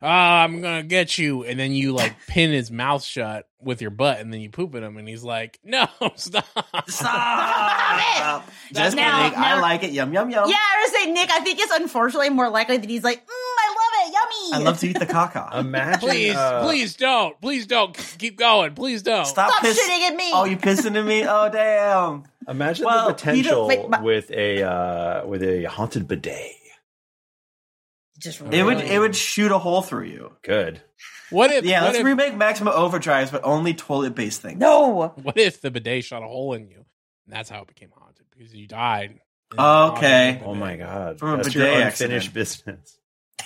[SPEAKER 4] "Ah, I'm gonna get you," and then you like pin his mouth shut with your butt, and then you poop at him, and he's like, "No, stop!"
[SPEAKER 3] Stop! Just
[SPEAKER 2] Now-
[SPEAKER 3] kidding. I
[SPEAKER 2] now-
[SPEAKER 3] like it. Yum yum yum.
[SPEAKER 2] Yeah, I was gonna say, Nick. I think it's unfortunately more likely that he's like, mm, I love it,
[SPEAKER 3] I
[SPEAKER 2] yummy.
[SPEAKER 3] love to eat the
[SPEAKER 4] Um,
[SPEAKER 3] caca.
[SPEAKER 1] Imagine,
[SPEAKER 4] Please,
[SPEAKER 1] uh,
[SPEAKER 4] please don't, please don't keep going, please don't.
[SPEAKER 3] Stop,
[SPEAKER 2] Stop
[SPEAKER 3] piss-
[SPEAKER 2] shitting at me.
[SPEAKER 3] Oh, you pissing at me? Oh damn!
[SPEAKER 1] Imagine
[SPEAKER 3] Well,
[SPEAKER 1] the
[SPEAKER 3] you don't-
[SPEAKER 1] potential
[SPEAKER 2] wait, my-
[SPEAKER 1] with a uh, with a haunted bidet.
[SPEAKER 2] just
[SPEAKER 3] It would
[SPEAKER 4] Really?
[SPEAKER 3] it would shoot a hole through you.
[SPEAKER 1] Good.
[SPEAKER 4] What if?
[SPEAKER 3] Yeah,
[SPEAKER 4] what
[SPEAKER 3] let's
[SPEAKER 4] if,
[SPEAKER 3] remake Maximum Overdrives, but only toilet based things.
[SPEAKER 2] no.
[SPEAKER 4] What if the bidet shot a hole in you? And that's how it became haunted because you died.
[SPEAKER 3] Okay.
[SPEAKER 1] Oh my god.
[SPEAKER 3] From a
[SPEAKER 1] That's your
[SPEAKER 3] bidet
[SPEAKER 1] unfinished
[SPEAKER 3] accident.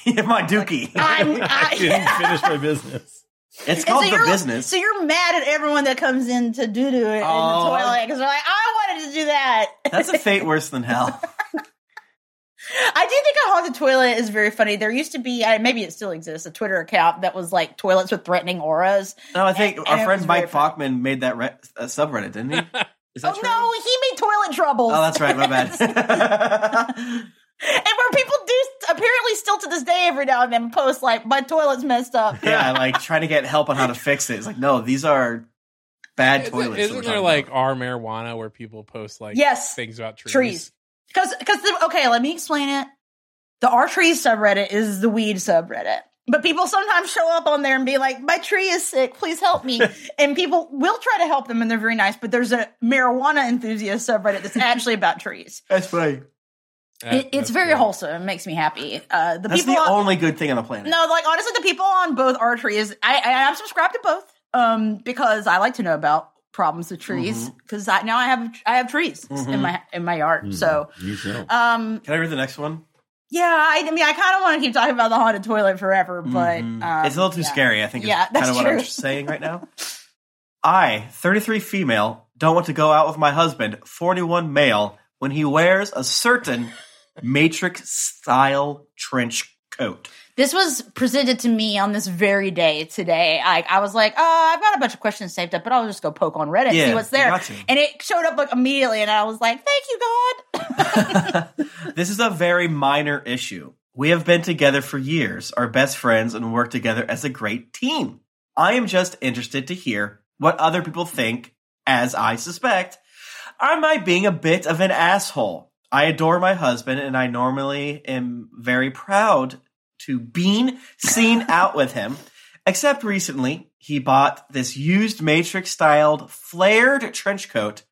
[SPEAKER 1] business.
[SPEAKER 3] my dookie.
[SPEAKER 2] I'm. I,
[SPEAKER 1] I didn't finish my business.
[SPEAKER 3] It's
[SPEAKER 2] And
[SPEAKER 3] called the
[SPEAKER 2] you're-
[SPEAKER 3] business.
[SPEAKER 2] So you're mad at everyone that comes in to doo doo it in the
[SPEAKER 3] Oh.
[SPEAKER 2] toilet because they're like, I wanted to do that.
[SPEAKER 3] That's a fate worse than hell.
[SPEAKER 2] I do think a haunted toilet is very funny. There used to be, I, maybe it still exists, a Twitter account that was like toilets with threatening auras.
[SPEAKER 3] No, I think
[SPEAKER 2] And-
[SPEAKER 3] our
[SPEAKER 2] and it
[SPEAKER 3] friend
[SPEAKER 2] was
[SPEAKER 3] Mike
[SPEAKER 2] very funny.
[SPEAKER 3] Falkman made that re- uh, subreddit, didn't he? Is
[SPEAKER 2] Oh
[SPEAKER 3] that true?
[SPEAKER 2] no, he made toilet troubles.
[SPEAKER 3] Oh, that's right. My bad.
[SPEAKER 2] and where people do apparently still to this day every now and then post like my toilet's messed up.
[SPEAKER 3] yeah, like trying to get help on how to fix it. It's like, no, these are bad
[SPEAKER 4] Isn't,
[SPEAKER 3] toilets. that
[SPEAKER 4] isn't
[SPEAKER 3] we're
[SPEAKER 4] there
[SPEAKER 3] talking
[SPEAKER 4] like
[SPEAKER 3] about.
[SPEAKER 4] our marijuana where people post like
[SPEAKER 2] Yes.
[SPEAKER 4] things about trees?
[SPEAKER 2] Trees. Because because okay, let me explain it. The R tree subreddit is the weed subreddit. But people sometimes show up on there and be like, "My tree is sick, please help me." and people will try to help them, and they're very nice. But there's a marijuana enthusiast subreddit that's actually about trees.
[SPEAKER 3] that's funny.
[SPEAKER 4] That-
[SPEAKER 2] it, it's
[SPEAKER 4] that's
[SPEAKER 2] very
[SPEAKER 4] good.
[SPEAKER 2] wholesome. It makes me happy. Uh, the
[SPEAKER 3] That's
[SPEAKER 2] people
[SPEAKER 3] the
[SPEAKER 2] on-
[SPEAKER 3] only good thing on the planet.
[SPEAKER 2] No, like honestly, the people on both our trees, I, I I'm subscribed to both um because I like to know about problems with trees because I now I have I have trees in
[SPEAKER 3] Mhm.
[SPEAKER 2] my in my yard. So
[SPEAKER 1] You know.
[SPEAKER 2] um
[SPEAKER 3] Can I read the next one?
[SPEAKER 2] yeah, I, I mean I kind of want to keep talking about the haunted toilet forever, but
[SPEAKER 3] Mhm.
[SPEAKER 2] um,
[SPEAKER 3] it's a little too
[SPEAKER 2] yeah.
[SPEAKER 3] scary. I think is
[SPEAKER 2] Yeah,
[SPEAKER 3] kind
[SPEAKER 2] that's
[SPEAKER 3] of what I'm
[SPEAKER 2] true.
[SPEAKER 3] saying right now. I, 33 female, don't want to go out with my husband, 41 male, when he wears a certain matrix style trench coat.
[SPEAKER 2] This was presented to me on this very day today. I I was like, oh, I've got a bunch of questions saved up, but I'll just go poke on Reddit
[SPEAKER 3] Yeah,
[SPEAKER 2] see what's
[SPEAKER 3] you
[SPEAKER 2] there,
[SPEAKER 3] got to.
[SPEAKER 2] and it showed up like immediately, and I was like, thank you God.
[SPEAKER 3] This is a very minor issue. We have been together for years, are best friends, and work together as a great team. I am just interested to hear what other people think, as I suspect. Am I being a bit of an asshole? I adore my husband, and I normally am very proud to bean seen out with him. Except recently, he bought this used matrix styled flared trench coat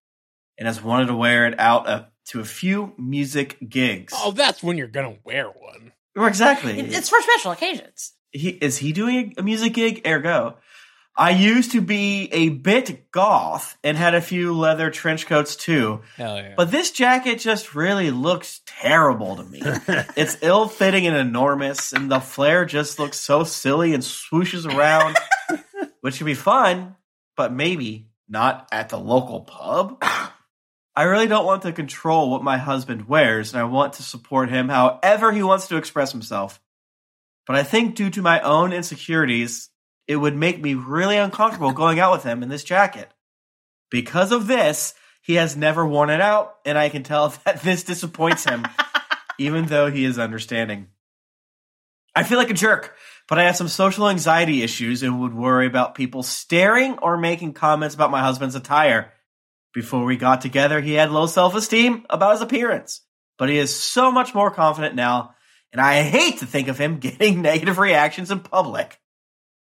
[SPEAKER 3] and has wanted to wear it out uh, to a few music gigs.
[SPEAKER 4] Oh, that's when you're gonna wear one.
[SPEAKER 3] Well, exactly.
[SPEAKER 2] It- It's for special occasions.
[SPEAKER 3] he, is he doing a music gig? Ergo, I used to be a bit goth and had a few leather trench coats too,
[SPEAKER 4] Hell yeah.
[SPEAKER 3] but this jacket just really looks terrible to me. it's ill fitting and enormous, and the flare just looks so silly and swooshes around, which would be fun, but maybe not at the local pub. I really don't want to control what my husband wears, and I want to support him however he wants to express himself. But I think due to my own insecurities, it would make me really uncomfortable going out with him in this jacket. Because of this, he has never worn it out, and I can tell that this disappoints him, even though he is understanding. I feel like a jerk, but I have some social anxiety issues and would worry about people staring or making comments about my husband's attire. Before we got together, he had low self esteem about his appearance, but he is so much more confident now, and I hate to think of him getting negative reactions in public.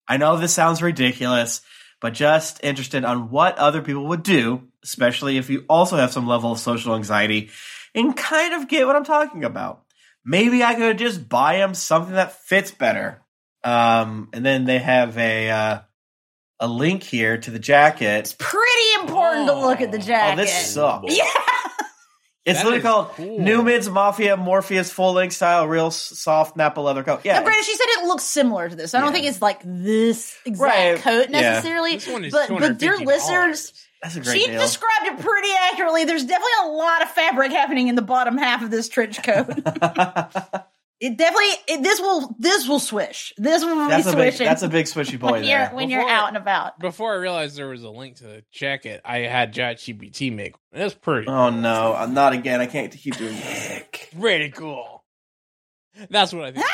[SPEAKER 3] I know this sounds ridiculous, but just interested on what other people would do, especially if you also have some level of social anxiety and kind of get what I'm talking about. Maybe I could just buy him something that fits better. Um, and then they have a uh, a link here to the jacket.
[SPEAKER 2] Pretty important to look at the
[SPEAKER 4] Oh,
[SPEAKER 3] Oh,
[SPEAKER 2] jacket.
[SPEAKER 3] this sucks.
[SPEAKER 2] yeah.
[SPEAKER 3] It's
[SPEAKER 4] That
[SPEAKER 3] literally
[SPEAKER 4] is
[SPEAKER 3] called
[SPEAKER 4] cool.
[SPEAKER 3] Newman's Mafia Morpheus full length style, real s- soft Napa leather coat. Yeah,
[SPEAKER 2] Now, granted, she said it looks similar to this. I don't
[SPEAKER 3] Yeah.
[SPEAKER 2] think it's like this exact
[SPEAKER 3] Right.
[SPEAKER 2] coat
[SPEAKER 3] Yeah.
[SPEAKER 2] necessarily.
[SPEAKER 4] This one is
[SPEAKER 2] but but dear
[SPEAKER 4] $250.
[SPEAKER 2] listeners,
[SPEAKER 3] that's a great
[SPEAKER 2] she
[SPEAKER 3] deal.
[SPEAKER 2] described it pretty accurately. There's definitely a lot of fabric happening in the bottom half of this trench coat. it definitely it, this will this will swish. This will
[SPEAKER 3] that's
[SPEAKER 2] be
[SPEAKER 3] a big,
[SPEAKER 2] swishing.
[SPEAKER 3] that's a big swishy boy
[SPEAKER 2] when you're
[SPEAKER 3] there.
[SPEAKER 2] when you're
[SPEAKER 4] Before-
[SPEAKER 2] out and about.
[SPEAKER 4] Before I realized there was a link to the jacket, I had ChatGPT make. one. That's pretty
[SPEAKER 2] Uh.
[SPEAKER 3] Oh no, I'm not again. I can't keep doing this.
[SPEAKER 4] pretty cool. That's what I think.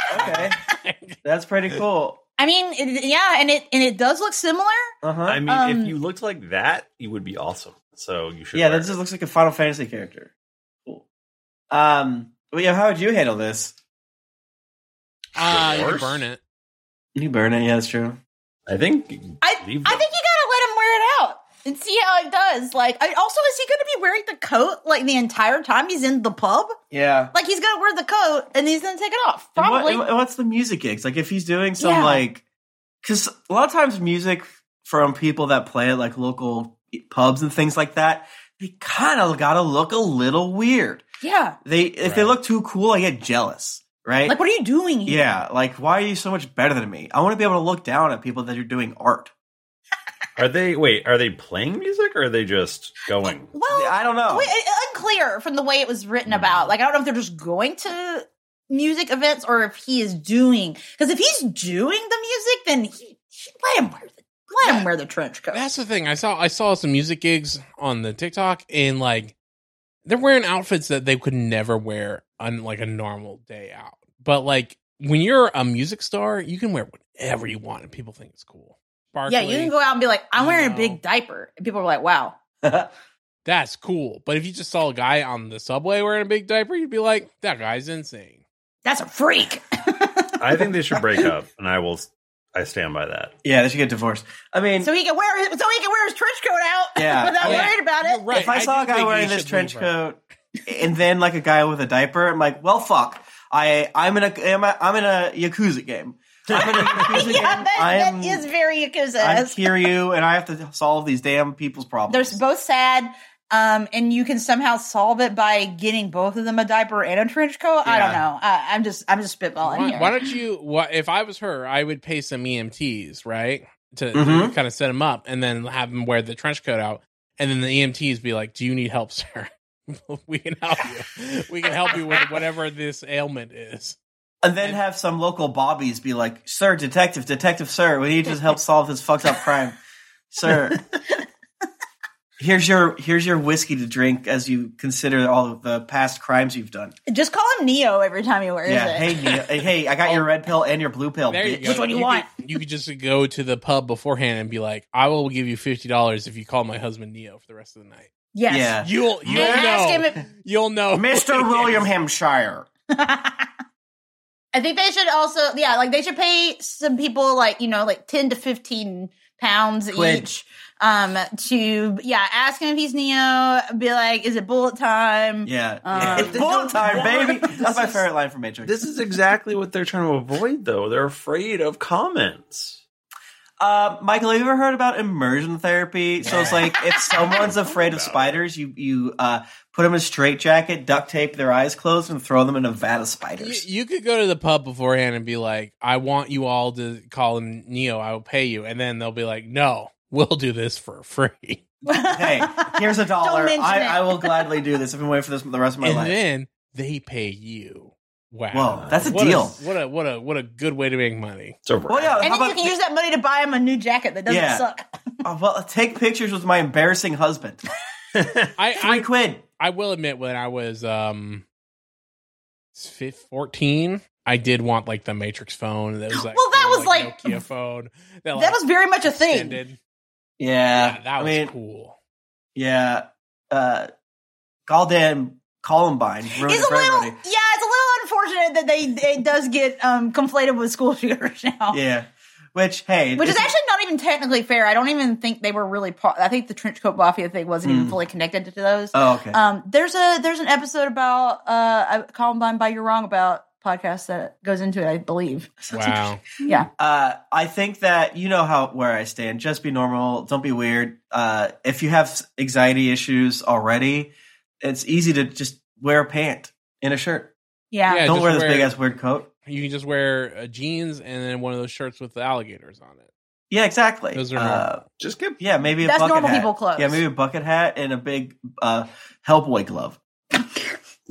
[SPEAKER 3] Okay, that's pretty cool.
[SPEAKER 2] I mean, it, yeah, and it and it does look similar.
[SPEAKER 3] Uh huh.
[SPEAKER 1] I mean,
[SPEAKER 2] Um,
[SPEAKER 1] if you looked like that, you would be awesome. So you should.
[SPEAKER 3] Yeah,
[SPEAKER 1] wear
[SPEAKER 3] that just
[SPEAKER 1] it.
[SPEAKER 3] looks like a Final Fantasy character. Cool. Um, but yeah, how would you handle this?
[SPEAKER 4] uh, you can
[SPEAKER 1] Divorce?
[SPEAKER 4] burn it.
[SPEAKER 3] You burn it. Yeah, that's true.
[SPEAKER 1] I think.
[SPEAKER 2] I
[SPEAKER 1] Leave
[SPEAKER 2] I
[SPEAKER 1] them.
[SPEAKER 2] think you gotta let him wear it out and see how it does. Like, I, also, is he gonna be wearing the coat like the entire time he's in the pub?
[SPEAKER 3] Yeah.
[SPEAKER 2] Like he's gonna wear the coat and he's gonna take it off.
[SPEAKER 3] And what-
[SPEAKER 2] Probably.
[SPEAKER 3] and what's the music gigs? Like if he's doing some
[SPEAKER 2] Yeah.
[SPEAKER 3] like, because a lot of times music from people that play at like local pubs and things like that, they kind of gotta look a little weird.
[SPEAKER 2] yeah.
[SPEAKER 3] They if they
[SPEAKER 4] Right.
[SPEAKER 3] look too cool, I get jealous. Right?
[SPEAKER 2] Like, what are you doing? here?
[SPEAKER 3] yeah. Like why are you so much better than me? I want to be able to look down at people that are doing art.
[SPEAKER 1] Are they wait? Are they playing music or are they just going?
[SPEAKER 2] Well,
[SPEAKER 3] I don't
[SPEAKER 4] Oh.
[SPEAKER 3] know.
[SPEAKER 2] wait, it- it- unclear from the way it was
[SPEAKER 4] Hmm.
[SPEAKER 2] written about. Like, I don't know if they're just going to music events or if he is doing. Because if he's doing the music, then he, he- let him wear the let him wear the trench coat.
[SPEAKER 4] That's the thing. I saw I saw some music gigs on the TikTok and like they're wearing outfits that they could never wear on like a normal day out. But like when you're a music star, you can wear whatever you want and people think it's cool.
[SPEAKER 2] yeah, you can
[SPEAKER 4] Sparkly,
[SPEAKER 2] go out and be like, I'm
[SPEAKER 4] You
[SPEAKER 2] wearing a
[SPEAKER 4] know.
[SPEAKER 2] big diaper, and people are like, Wow,
[SPEAKER 4] that's cool. But if you just saw a guy on the subway wearing a big diaper, you'd be like, that guy's insane.
[SPEAKER 2] that's a freak.
[SPEAKER 1] I think they should break up, and I will. I stand by that.
[SPEAKER 3] yeah, they should get divorced. I mean,
[SPEAKER 2] so he can wear his, so he can wear his trench coat out
[SPEAKER 3] Yeah.
[SPEAKER 2] without
[SPEAKER 4] Yeah.
[SPEAKER 2] worrying about it.
[SPEAKER 4] You're right.
[SPEAKER 3] if I,
[SPEAKER 4] I
[SPEAKER 3] saw
[SPEAKER 4] do
[SPEAKER 3] a guy
[SPEAKER 4] think
[SPEAKER 3] wearing
[SPEAKER 4] you
[SPEAKER 3] this
[SPEAKER 4] should
[SPEAKER 3] trench
[SPEAKER 4] leave her.
[SPEAKER 3] coat and then like a guy with a diaper, I'm like, well, fuck. I I'm in a I'm, a, I'm in a yakuza game. I'm in a yakuza
[SPEAKER 2] yeah,
[SPEAKER 3] game.
[SPEAKER 2] that,
[SPEAKER 3] I'm,
[SPEAKER 2] that is very Yakuza.
[SPEAKER 3] I'm Kiryu, and I have to solve these damn people's problems.
[SPEAKER 2] There's both sad, um, and you can somehow solve it by getting both of them a diaper and a trench coat. I don't
[SPEAKER 3] Yeah.
[SPEAKER 2] know. I, I'm just I'm just spitballing
[SPEAKER 4] Why,
[SPEAKER 2] here.
[SPEAKER 4] why don't you? Why, if I was her, I would pay some EMTs, right, to,
[SPEAKER 2] Mm-hmm.
[SPEAKER 3] Mhm.
[SPEAKER 4] kind of set him up, and then have him wear the trench coat out, and then the EMTs be like, "Do you need help, sir? we can help you. We can help you with whatever this ailment is."
[SPEAKER 3] and then have some local bobbies be like, "Sir, detective, detective, sir, we need you to help solve this fucked up crime, sir." Here's your here's your whiskey to drink as you consider all of the past crimes you've done.
[SPEAKER 2] Just call him Neo every time he wears
[SPEAKER 3] yeah,
[SPEAKER 2] it.
[SPEAKER 3] hey, Neil, hey, I got your red pill and your blue pill.
[SPEAKER 4] There you
[SPEAKER 3] bitch.
[SPEAKER 4] go.
[SPEAKER 2] Which one you want?
[SPEAKER 4] Could, you could just go to the pub beforehand and be like, "I will give you fifty dollars if you call my husband Neo for the rest of the night."
[SPEAKER 2] yes.
[SPEAKER 3] Yeah.
[SPEAKER 4] You'll
[SPEAKER 2] And
[SPEAKER 4] you'll
[SPEAKER 2] ask him
[SPEAKER 4] know.
[SPEAKER 2] if-
[SPEAKER 4] You'll know,
[SPEAKER 3] Mr. William Hampshire.
[SPEAKER 2] I think they should also yeah, like they should pay some people like, you know, like ten to fifteen pounds
[SPEAKER 3] Quid.
[SPEAKER 2] each. Um to yeah, ask him if he's Neo, be like, is it bullet time?
[SPEAKER 3] Yeah.
[SPEAKER 2] Um,
[SPEAKER 3] it's bullet time, baby. That's my
[SPEAKER 1] is-
[SPEAKER 3] favorite line from Matrix.
[SPEAKER 1] This is exactly what they're trying to avoid, though. They're afraid of comments.
[SPEAKER 3] Uh, Michael, have you ever heard about immersion therapy? So it's like if someone's afraid of spiders, you you uh, put them in a straitjacket, duct tape their eyes closed, and throw them in a vat of
[SPEAKER 4] You,
[SPEAKER 3] spiders.
[SPEAKER 4] you could go to the pub beforehand and be like, I want you all to call him Neo. I will pay you. And then they'll be like, no, we'll do this for free.
[SPEAKER 3] hey, here's a dollar.
[SPEAKER 2] mention
[SPEAKER 3] I,
[SPEAKER 2] it.
[SPEAKER 3] I will gladly do this. I've been waiting for this the rest of my
[SPEAKER 4] and
[SPEAKER 3] life.
[SPEAKER 4] then they pay you. Wow.
[SPEAKER 3] Whoa, that's a
[SPEAKER 4] What
[SPEAKER 3] deal.
[SPEAKER 4] what a what a what a good way to make money.
[SPEAKER 1] It's a
[SPEAKER 3] well, yeah.
[SPEAKER 2] And
[SPEAKER 3] how
[SPEAKER 2] then
[SPEAKER 3] about
[SPEAKER 2] you can use that money to buy him a new jacket that doesn't
[SPEAKER 3] Yeah.
[SPEAKER 2] suck.
[SPEAKER 3] Oh, well, take pictures with my embarrassing husband.
[SPEAKER 4] I,
[SPEAKER 3] Three
[SPEAKER 4] I
[SPEAKER 3] quid.
[SPEAKER 4] I will admit when I was um fif- 14, I did want like the Matrix phone that was like
[SPEAKER 2] Well, that
[SPEAKER 4] cool,
[SPEAKER 2] was, like-
[SPEAKER 4] Nokia phone. That,
[SPEAKER 2] That was very much a thing.
[SPEAKER 4] extended.
[SPEAKER 3] Yeah,
[SPEAKER 4] Yeah, that was
[SPEAKER 3] I mean,
[SPEAKER 4] cool.
[SPEAKER 3] yeah. Uh, goddamn Columbine ruined it
[SPEAKER 2] It's a
[SPEAKER 3] for
[SPEAKER 2] little, yeah,
[SPEAKER 3] everybody.
[SPEAKER 2] it's a little unfortunate that they it does get um, conflated with school shooters now.
[SPEAKER 3] Yeah, which hey,
[SPEAKER 2] Oh. Which is
[SPEAKER 3] it's-
[SPEAKER 2] actually not even technically fair. I don't even think they were really part. I think the trench coat mafia thing wasn't even
[SPEAKER 3] Mm.
[SPEAKER 2] fully connected to those.
[SPEAKER 3] oh okay.
[SPEAKER 2] Um, there's a there's an episode about uh I- Columbine by You're Wrong about podcast that goes into it, I believe.
[SPEAKER 4] Wow.
[SPEAKER 2] Yeah,
[SPEAKER 3] Uh, I think that you know how where I stand. Just be normal. Don't be weird. Uh, if you have anxiety issues already, it's easy to just wear a pant and a shirt.
[SPEAKER 2] yeah.
[SPEAKER 4] Yeah,
[SPEAKER 3] Don't
[SPEAKER 4] just
[SPEAKER 3] wear this
[SPEAKER 4] wear-
[SPEAKER 3] big ass weird coat.
[SPEAKER 4] You can just wear uh, jeans and then one of those shirts with the alligators on it.
[SPEAKER 3] Yeah, exactly.
[SPEAKER 4] Those are
[SPEAKER 3] uh,
[SPEAKER 1] Just get
[SPEAKER 3] yeah, maybe a
[SPEAKER 2] That's
[SPEAKER 3] bucket
[SPEAKER 2] normal
[SPEAKER 3] hat.
[SPEAKER 2] people clothes.
[SPEAKER 3] Yeah, maybe a bucket hat and a big uh, Hellboy glove.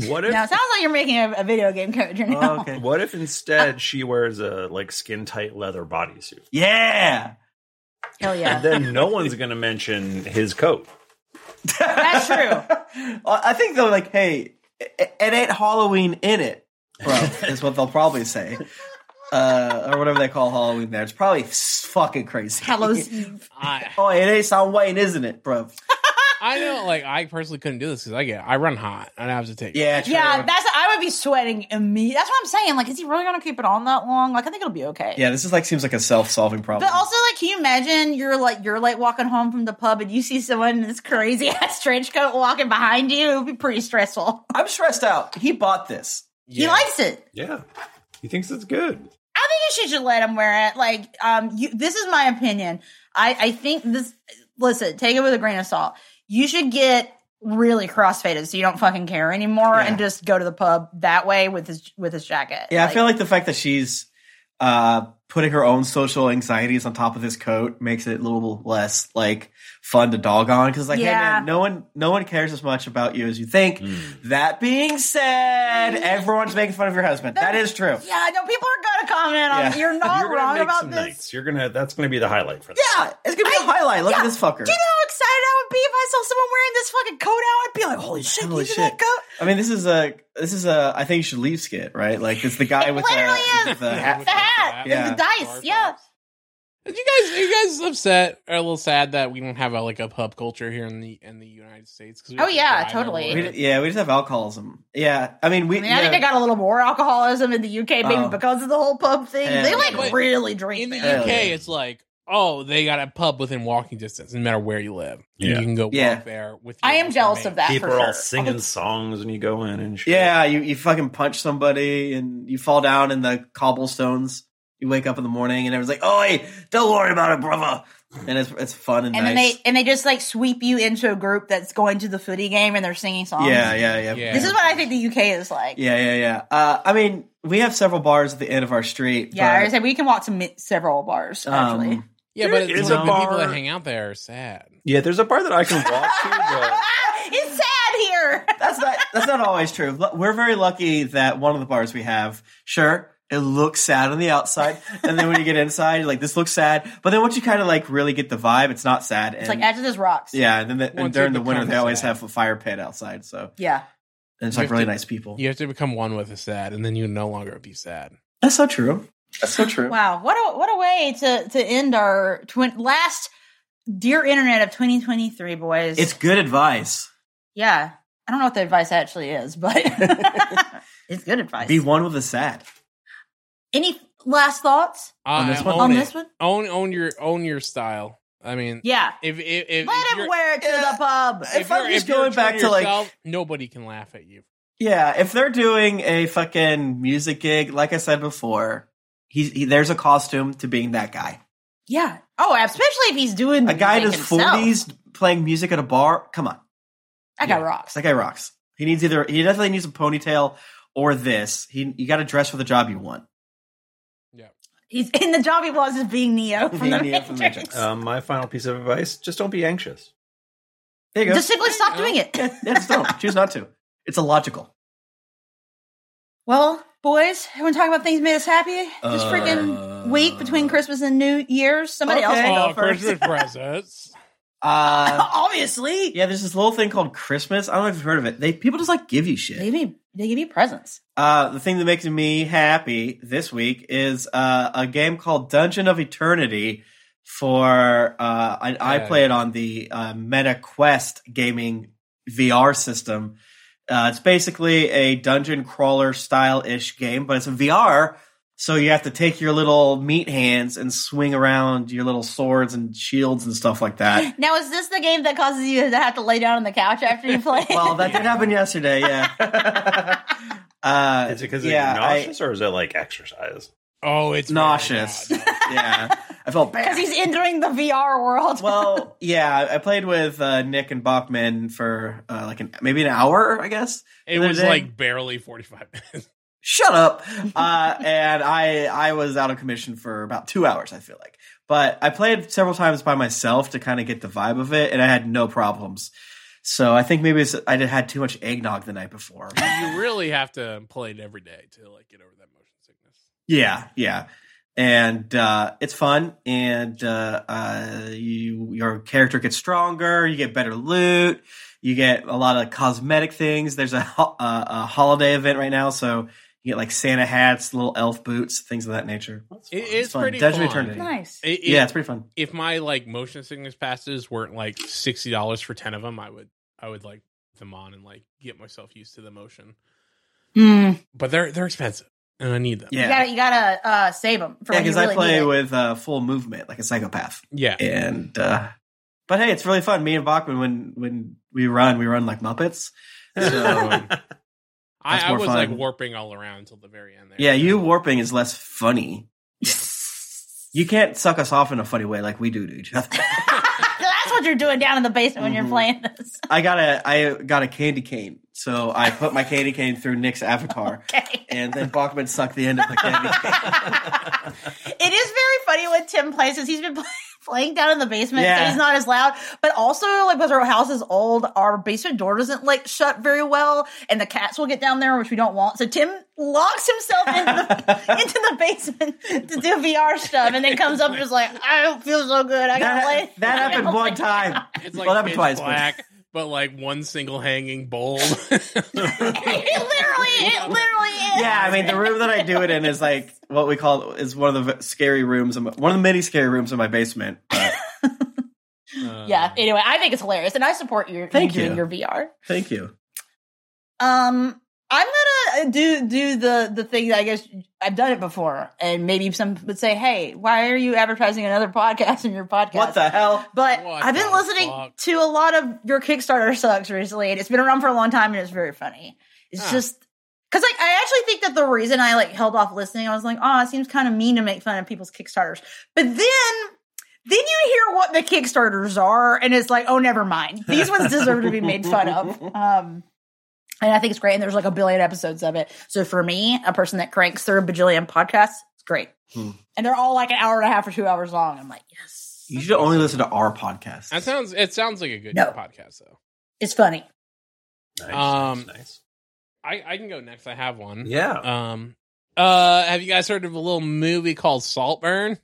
[SPEAKER 1] what if
[SPEAKER 2] Now it sounds like you're making a, a video game character now.
[SPEAKER 3] Oh, okay.
[SPEAKER 1] what if instead she wears a like skin tight leather bodysuit?
[SPEAKER 3] Yeah.
[SPEAKER 2] Hell yeah.
[SPEAKER 1] And then no one's gonna mention his coat.
[SPEAKER 2] That's
[SPEAKER 3] true. I think they're like, hey, it, it ain't Halloween in it, bro, is what they'll probably say. Uh, or whatever they call Halloween there. It's probably s- fucking crazy.
[SPEAKER 2] Hallows Eve.
[SPEAKER 4] I
[SPEAKER 3] oh, it ain't Sam Wayne, isn't it, bro?
[SPEAKER 4] I know like I personally couldn't do this because I get I run hot and I have to take
[SPEAKER 3] Yeah, true.
[SPEAKER 2] Yeah, that's I would be sweating immediately. That's what I'm saying. Like, is he really gonna keep it on that long? Like, I think it'll be okay.
[SPEAKER 3] yeah, this is like seems like a self solving problem.
[SPEAKER 2] But also, like, can you imagine you're like you're like walking home from the pub and you see someone in this crazy ass trench coat walking behind you? It would be pretty stressful.
[SPEAKER 3] I'm stressed out. He bought this.
[SPEAKER 2] He
[SPEAKER 4] Yeah.
[SPEAKER 2] likes it.
[SPEAKER 1] Yeah. He thinks it's good.
[SPEAKER 2] I think you should let him wear it. Like, um, you, this is my opinion. I, I think this. Listen, take it with a grain of salt. You should get really crossfaded so you don't fucking care anymore,
[SPEAKER 3] Yeah.
[SPEAKER 2] and just go to the pub that way with his with his jacket.
[SPEAKER 3] Yeah, I feel like the fact that she's uh, putting her own social anxieties on top of this coat makes it a little less like fun to dog on because like,
[SPEAKER 2] Yeah.
[SPEAKER 3] hey man, no one no one cares as much about you as you think. That being said, everyone's making fun of your husband. That is true.
[SPEAKER 2] Mm. yeah. No, people are gonna comment on.
[SPEAKER 3] Yeah.
[SPEAKER 2] You're not
[SPEAKER 1] You're gonna
[SPEAKER 2] wrong
[SPEAKER 1] make
[SPEAKER 2] about
[SPEAKER 1] some
[SPEAKER 2] this.
[SPEAKER 1] nights. You're gonna that's gonna be the highlight for this.
[SPEAKER 3] Yeah, it's gonna be a highlight. Look
[SPEAKER 2] yeah.
[SPEAKER 3] at this fucker.
[SPEAKER 2] Do you know how excited I would be if I saw someone wearing this fucking coat out? I'd be like, holy shit,
[SPEAKER 3] Holy
[SPEAKER 2] look at
[SPEAKER 3] shit.
[SPEAKER 2] that coat.
[SPEAKER 3] I mean, this is a this is a I think you should leave skit right. Like it's the guy with
[SPEAKER 2] literally
[SPEAKER 3] the,
[SPEAKER 2] is.
[SPEAKER 3] the hat.
[SPEAKER 2] The hat,
[SPEAKER 3] Yeah.
[SPEAKER 2] the dice, yeah.
[SPEAKER 4] Are you guys, are you guys upset or a little sad that we don't have a, like a pub culture here in the in the United States? 'Cause we
[SPEAKER 2] Oh,
[SPEAKER 4] have to
[SPEAKER 2] yeah,
[SPEAKER 4] drive
[SPEAKER 2] totally.
[SPEAKER 4] everywhere.
[SPEAKER 3] We, yeah, we just have alcoholism. Yeah, I mean we.
[SPEAKER 2] I mean,
[SPEAKER 3] yeah.
[SPEAKER 2] I think they got a little more alcoholism in the UK, maybe
[SPEAKER 3] Oh.
[SPEAKER 2] because of the whole pub thing.
[SPEAKER 3] Yeah.
[SPEAKER 2] They like
[SPEAKER 4] But
[SPEAKER 2] really drink
[SPEAKER 4] in the
[SPEAKER 2] there.
[SPEAKER 3] Hell
[SPEAKER 4] UK,
[SPEAKER 3] yeah.
[SPEAKER 4] it's like oh, they got a pub within walking distance, no matter where you live.
[SPEAKER 1] Yeah.
[SPEAKER 4] You can go walk
[SPEAKER 3] Yeah.
[SPEAKER 4] there with.
[SPEAKER 2] I
[SPEAKER 4] your-
[SPEAKER 2] am
[SPEAKER 4] your
[SPEAKER 2] jealous
[SPEAKER 4] mate.
[SPEAKER 2] of that
[SPEAKER 1] People
[SPEAKER 2] for
[SPEAKER 1] are
[SPEAKER 2] sure.
[SPEAKER 1] all singing songs when you go in and shit.
[SPEAKER 3] Yeah, you, you fucking punch somebody and you fall down in the cobblestones. You wake up in the morning and everyone's like, "Oi, don't worry about it, brother." And it's it's fun and,
[SPEAKER 2] And
[SPEAKER 3] nice.
[SPEAKER 2] then they and they just like sweep you into a group that's going to the footy game and they're singing songs.
[SPEAKER 3] yeah, yeah, yeah,
[SPEAKER 4] Yeah.
[SPEAKER 2] This is what I think the UK is like.
[SPEAKER 3] yeah, yeah, yeah. Uh, I mean, we have several bars at the end of our street.
[SPEAKER 2] Yeah, I
[SPEAKER 3] but,
[SPEAKER 2] was like, we can walk to mi- several bars actually.
[SPEAKER 3] um,
[SPEAKER 4] Yeah,
[SPEAKER 1] There
[SPEAKER 4] but
[SPEAKER 1] is
[SPEAKER 4] it's
[SPEAKER 1] a
[SPEAKER 4] like the people
[SPEAKER 1] bar-
[SPEAKER 4] that hang out there are sad.
[SPEAKER 1] Yeah, there's a bar that I can walk to, but
[SPEAKER 2] it's sad here.
[SPEAKER 3] that's not that's not always true. L- We're very lucky that one of the bars we have, sure, it looks sad on the outside, and then when you get inside, you're like, "This looks sad." But then once you kind of like really get the vibe, it's not sad.
[SPEAKER 2] It's
[SPEAKER 3] and-
[SPEAKER 2] like after this rocks.
[SPEAKER 3] Yeah, and then the, and
[SPEAKER 4] Once
[SPEAKER 3] during
[SPEAKER 4] it
[SPEAKER 3] the winter
[SPEAKER 4] becomes
[SPEAKER 3] they always
[SPEAKER 4] that.
[SPEAKER 3] have a fire pit outside, so
[SPEAKER 2] Yeah.
[SPEAKER 3] and it's
[SPEAKER 4] You
[SPEAKER 3] like
[SPEAKER 4] have
[SPEAKER 3] really
[SPEAKER 4] to-
[SPEAKER 3] nice people.
[SPEAKER 4] You have to become one with the sad, and then you no longer be sad.
[SPEAKER 3] That's so true. That's so true.
[SPEAKER 2] Wow, what a what a way to to end our twin last dear internet of 2023, boys.
[SPEAKER 3] It's good advice.
[SPEAKER 2] yeah. I don't know what the advice actually is, but it's good advice.
[SPEAKER 3] Be one with the sad.
[SPEAKER 2] Any last thoughts
[SPEAKER 3] On
[SPEAKER 4] Uh,
[SPEAKER 3] this one?
[SPEAKER 4] own
[SPEAKER 2] on
[SPEAKER 4] it.
[SPEAKER 2] this one?
[SPEAKER 4] own own your own your style. I mean,
[SPEAKER 2] Yeah.
[SPEAKER 4] if if, if
[SPEAKER 2] Let
[SPEAKER 4] if
[SPEAKER 2] him
[SPEAKER 4] you're-
[SPEAKER 2] wear it to
[SPEAKER 3] Yeah.
[SPEAKER 2] the pub.
[SPEAKER 3] If I'm
[SPEAKER 4] you're-
[SPEAKER 3] just
[SPEAKER 4] you're
[SPEAKER 3] going
[SPEAKER 4] true
[SPEAKER 3] back to, like-
[SPEAKER 4] nobody can laugh at you.
[SPEAKER 3] Yeah, if they're doing a fucking music gig, like I said before, he's he, there's a costume to being that guy.
[SPEAKER 2] Yeah. Oh, especially if he's doing
[SPEAKER 3] A guy in
[SPEAKER 2] like
[SPEAKER 3] his
[SPEAKER 2] himself.
[SPEAKER 3] forties playing music at a bar. Come on,
[SPEAKER 2] That guy
[SPEAKER 4] Yeah.
[SPEAKER 2] rocks.
[SPEAKER 3] that guy rocks. He needs either he definitely needs a ponytail or this. He you got to dress for the job you want.
[SPEAKER 2] He's in the job he was is being Neo from the
[SPEAKER 3] Being Neo from the
[SPEAKER 2] Matrix.
[SPEAKER 3] Matrix.
[SPEAKER 1] Um, my final piece of advice: just don't be anxious.
[SPEAKER 3] There you go.
[SPEAKER 2] Just simply stop doing it.
[SPEAKER 3] yeah, just don't choose not to. It's illogical.
[SPEAKER 2] Well, boys, we want to talk about things that made us happy this
[SPEAKER 3] Uh,
[SPEAKER 2] freaking week between Christmas and New Year's. Somebody else
[SPEAKER 3] okay.
[SPEAKER 2] can
[SPEAKER 4] Oh,
[SPEAKER 2] go first.
[SPEAKER 4] Christmas presents.
[SPEAKER 3] Uh,
[SPEAKER 2] Obviously,
[SPEAKER 3] yeah, there's this little thing called Christmas. I don't know if you've heard of it. They people just like give you shit.
[SPEAKER 2] they give me they give me presents.
[SPEAKER 3] Uh, the thing that makes me happy this week is uh, a game called Dungeon of Eternity. For uh, I, I
[SPEAKER 4] Yeah.
[SPEAKER 3] play it on the uh, Meta Quest gaming VR system. Uh, it's basically a dungeon crawler style ish game, but it's a VR, so you have to take your little meat hands and swing around your little swords and shields and stuff like that.
[SPEAKER 2] Now, is this the game that causes you to have to lay down on the couch after you play?
[SPEAKER 3] well, that did
[SPEAKER 4] Yeah.
[SPEAKER 3] happen yesterday. Yeah. uh,
[SPEAKER 1] Is it because
[SPEAKER 3] yeah,
[SPEAKER 1] you're
[SPEAKER 3] I-
[SPEAKER 1] nauseous, or is it like exercise?
[SPEAKER 4] Oh, it's very
[SPEAKER 3] nauseous.
[SPEAKER 4] bad.
[SPEAKER 3] yeah, I felt
[SPEAKER 2] because
[SPEAKER 3] bad.
[SPEAKER 2] he's entering the VR world.
[SPEAKER 3] well, yeah, I- I played with uh, Nick and Bachman for uh, like an maybe an hour, I guess.
[SPEAKER 4] It
[SPEAKER 3] They're
[SPEAKER 4] was
[SPEAKER 3] dead.
[SPEAKER 4] like barely 45 minutes.
[SPEAKER 3] Shut up. Uh, and I I was out of commission for about two hours. I feel like, but I played several times by myself to kind of get the vibe of it, and I had no problems. So I think maybe it's, I did, had too much eggnog the night before.
[SPEAKER 4] You really have to play it every day to like get over that motion sickness.
[SPEAKER 3] Yeah, yeah. And uh, it's fun, and uh, uh, you your character gets stronger. You get better loot. You get a lot of cosmetic things. There's a ho- uh, a holiday event right now, so you get like Santa hats, little elf boots, things of that nature.
[SPEAKER 4] It is
[SPEAKER 3] fun.
[SPEAKER 4] pretty
[SPEAKER 3] Dungeon
[SPEAKER 4] fun.
[SPEAKER 3] Eternity.
[SPEAKER 2] nice.
[SPEAKER 4] It- it-
[SPEAKER 3] yeah, it's pretty fun.
[SPEAKER 4] If my like motion sickness passes weren't like sixty dollars for ten of them, I would I would like put them on and like get myself used to the motion.
[SPEAKER 2] Hmm.
[SPEAKER 4] But they're they're expensive and I need them.
[SPEAKER 3] Yeah,
[SPEAKER 2] You gotta you gotta uh, save them for
[SPEAKER 3] yeah,
[SPEAKER 2] when you
[SPEAKER 3] because
[SPEAKER 2] really
[SPEAKER 3] I play
[SPEAKER 2] need it.
[SPEAKER 3] with uh, full movement like a psychopath,
[SPEAKER 4] Yeah.
[SPEAKER 3] and uh, but hey, it's really fun. Me and Bachman, when when we run, we run like Muppets. So
[SPEAKER 4] um, I,
[SPEAKER 3] That's
[SPEAKER 4] I
[SPEAKER 3] more
[SPEAKER 4] was
[SPEAKER 3] fun.
[SPEAKER 4] like warping all around until the very end there.
[SPEAKER 3] yeah, you warping is less funny. You can't suck us off in a funny way like we do to each other.
[SPEAKER 2] That's what you're doing down in the basement when you're
[SPEAKER 3] Mhm.
[SPEAKER 2] playing this.
[SPEAKER 3] I got a I got a candy cane, so I put my candy cane through Nick's avatar,
[SPEAKER 2] Okay.
[SPEAKER 3] and then Bachman sucked the end of the candy. cane.
[SPEAKER 2] it is very funny when Tim plays because he's been play- playing down in the basement, so
[SPEAKER 3] Yeah.
[SPEAKER 2] he's not as loud. But also, like because our house is old, our basement door doesn't like shut very well, and the cats will get down there, which we don't want. So Tim locks himself into the into the basement to do VR stuff, and then comes up and is like, "I don't feel so good. I gotta play."
[SPEAKER 3] That, that happened one time.
[SPEAKER 4] It's like
[SPEAKER 3] well, it
[SPEAKER 4] pitch
[SPEAKER 3] happened twice. but-
[SPEAKER 4] black, but like one single hanging bulb.
[SPEAKER 2] it literally, it literally is.
[SPEAKER 3] Yeah, I mean the room that I do it in is like what we call is one of the v- scary rooms, in my, one of the many scary rooms in my basement. But
[SPEAKER 2] yeah.
[SPEAKER 4] Um,
[SPEAKER 2] Anyway, I think it's hilarious, and I support your
[SPEAKER 3] Thank
[SPEAKER 2] doing
[SPEAKER 3] you.
[SPEAKER 2] your VR.
[SPEAKER 3] thank you.
[SPEAKER 2] Um, I'm gonna uh, do do the the thing that I guess I've done it before, and maybe some would say, "Hey, why are you advertising another podcast in your podcast?"
[SPEAKER 3] What the hell?
[SPEAKER 2] But
[SPEAKER 4] What
[SPEAKER 2] I've been
[SPEAKER 4] the
[SPEAKER 2] listening
[SPEAKER 4] fuck?
[SPEAKER 2] to a lot of your Kickstarter sucks recently, and it's been around for a long time, and it's very funny. It's
[SPEAKER 4] Huh.
[SPEAKER 2] just because like I actually think that the reason I like held off listening, I was like, "Oh, it seems kind of mean to make fun of people's Kickstarters," but then. Then you hear what the Kickstarters are, and it's like, oh, never mind. These ones deserve to be made fun of. Um, and I think it's great. And there's like a billion episodes of it. So for me, a person that cranks through a bajillion podcasts, it's great.
[SPEAKER 3] Hmm.
[SPEAKER 2] And they're all like an hour and a half or two hours long. I'm like, yes,
[SPEAKER 3] You should only listen to our podcast.
[SPEAKER 4] That sounds it sounds like a good
[SPEAKER 2] No.
[SPEAKER 4] podcast though.
[SPEAKER 2] it's funny.
[SPEAKER 1] Nice,
[SPEAKER 4] Um,
[SPEAKER 1] nice, nice.
[SPEAKER 4] I, I can go next. I have one.
[SPEAKER 1] Yeah.
[SPEAKER 4] Um uh have you guys heard of a little movie called Saltburn?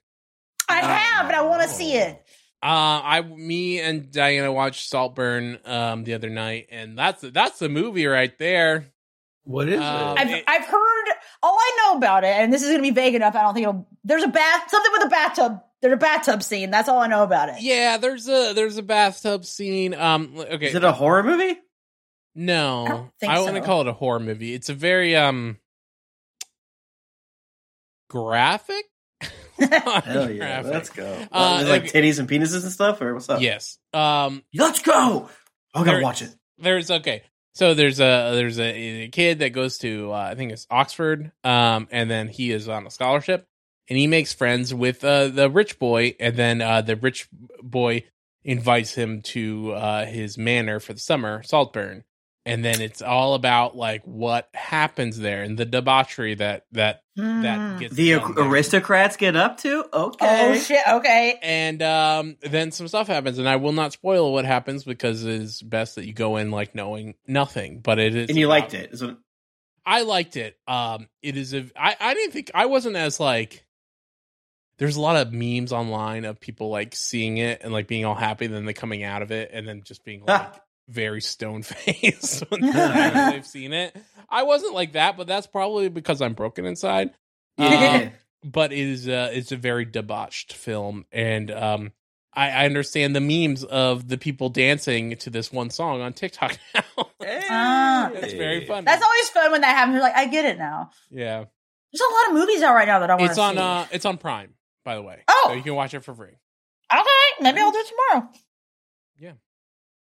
[SPEAKER 2] I
[SPEAKER 3] Uh,
[SPEAKER 2] have, but I want to see it.
[SPEAKER 4] Uh I me and Diana watched Saltburn um the other night and that's that's the movie right there.
[SPEAKER 1] What is
[SPEAKER 4] um,
[SPEAKER 1] it?
[SPEAKER 2] I've,
[SPEAKER 4] it-
[SPEAKER 2] I've heard all I know about it, and this is going to be vague enough. I don't think it'll. There's a bath, something with a bathtub. There's a bathtub scene. That's all I know about it.
[SPEAKER 4] Yeah, there's a there's a bathtub scene. Um okay.
[SPEAKER 3] Is it a horror movie?
[SPEAKER 4] No,
[SPEAKER 2] I don't think so.
[SPEAKER 4] wouldn't call it a horror movie. It's a very um graphic.
[SPEAKER 3] Hell yeah, let's go.
[SPEAKER 4] Uh,
[SPEAKER 3] There's, like
[SPEAKER 4] okay.
[SPEAKER 3] titties and penises and stuff, or what's up?
[SPEAKER 4] Yes. Um.
[SPEAKER 3] let's go. Oh, I gotta
[SPEAKER 4] There-
[SPEAKER 3] watch it.
[SPEAKER 4] There's okay. So there's a there's a, a kid that goes to uh, I think it's Oxford. Um. And then he is on a scholarship, and he makes friends with uh, the rich boy, and then uh, the rich boy invites him to uh, his manor for the summer, Saltburn, and then it's all about like what happens there and the debauchery that that
[SPEAKER 2] Hmm. Mm.
[SPEAKER 4] that gets
[SPEAKER 3] The
[SPEAKER 4] done there.
[SPEAKER 3] aristocrats get up to? Okay.
[SPEAKER 2] Oh shit! Okay.
[SPEAKER 4] And um, then some stuff happens, and I will not spoil what happens because it's best that you go in like knowing nothing. But it is,
[SPEAKER 3] and you
[SPEAKER 4] about-
[SPEAKER 3] liked it. So-
[SPEAKER 4] I liked it. Um, it is a. I I didn't think I wasn't as like. There's a lot of memes online of people like seeing it and like being all happy, then they coming out of it and then just being like
[SPEAKER 3] ah.
[SPEAKER 4] very stone faced when they're- they've seen it. I wasn't like that, but that's probably because I'm broken inside. Um,
[SPEAKER 3] yeah.
[SPEAKER 4] but it is uh it's a very debauched film and um I, I understand the memes of the people dancing to this one song on TikTok now.
[SPEAKER 2] Ah.
[SPEAKER 4] it's very funny.
[SPEAKER 2] That's always fun when that happens. You're like, I get it now.
[SPEAKER 4] yeah.
[SPEAKER 2] There's a lot of movies out right now that I want
[SPEAKER 4] It's
[SPEAKER 2] to
[SPEAKER 4] on
[SPEAKER 2] see.
[SPEAKER 4] uh it's on Prime, by the way.
[SPEAKER 2] Oh.
[SPEAKER 4] So you can watch it for free.
[SPEAKER 2] okay, maybe I'll do it tomorrow.
[SPEAKER 4] Yeah.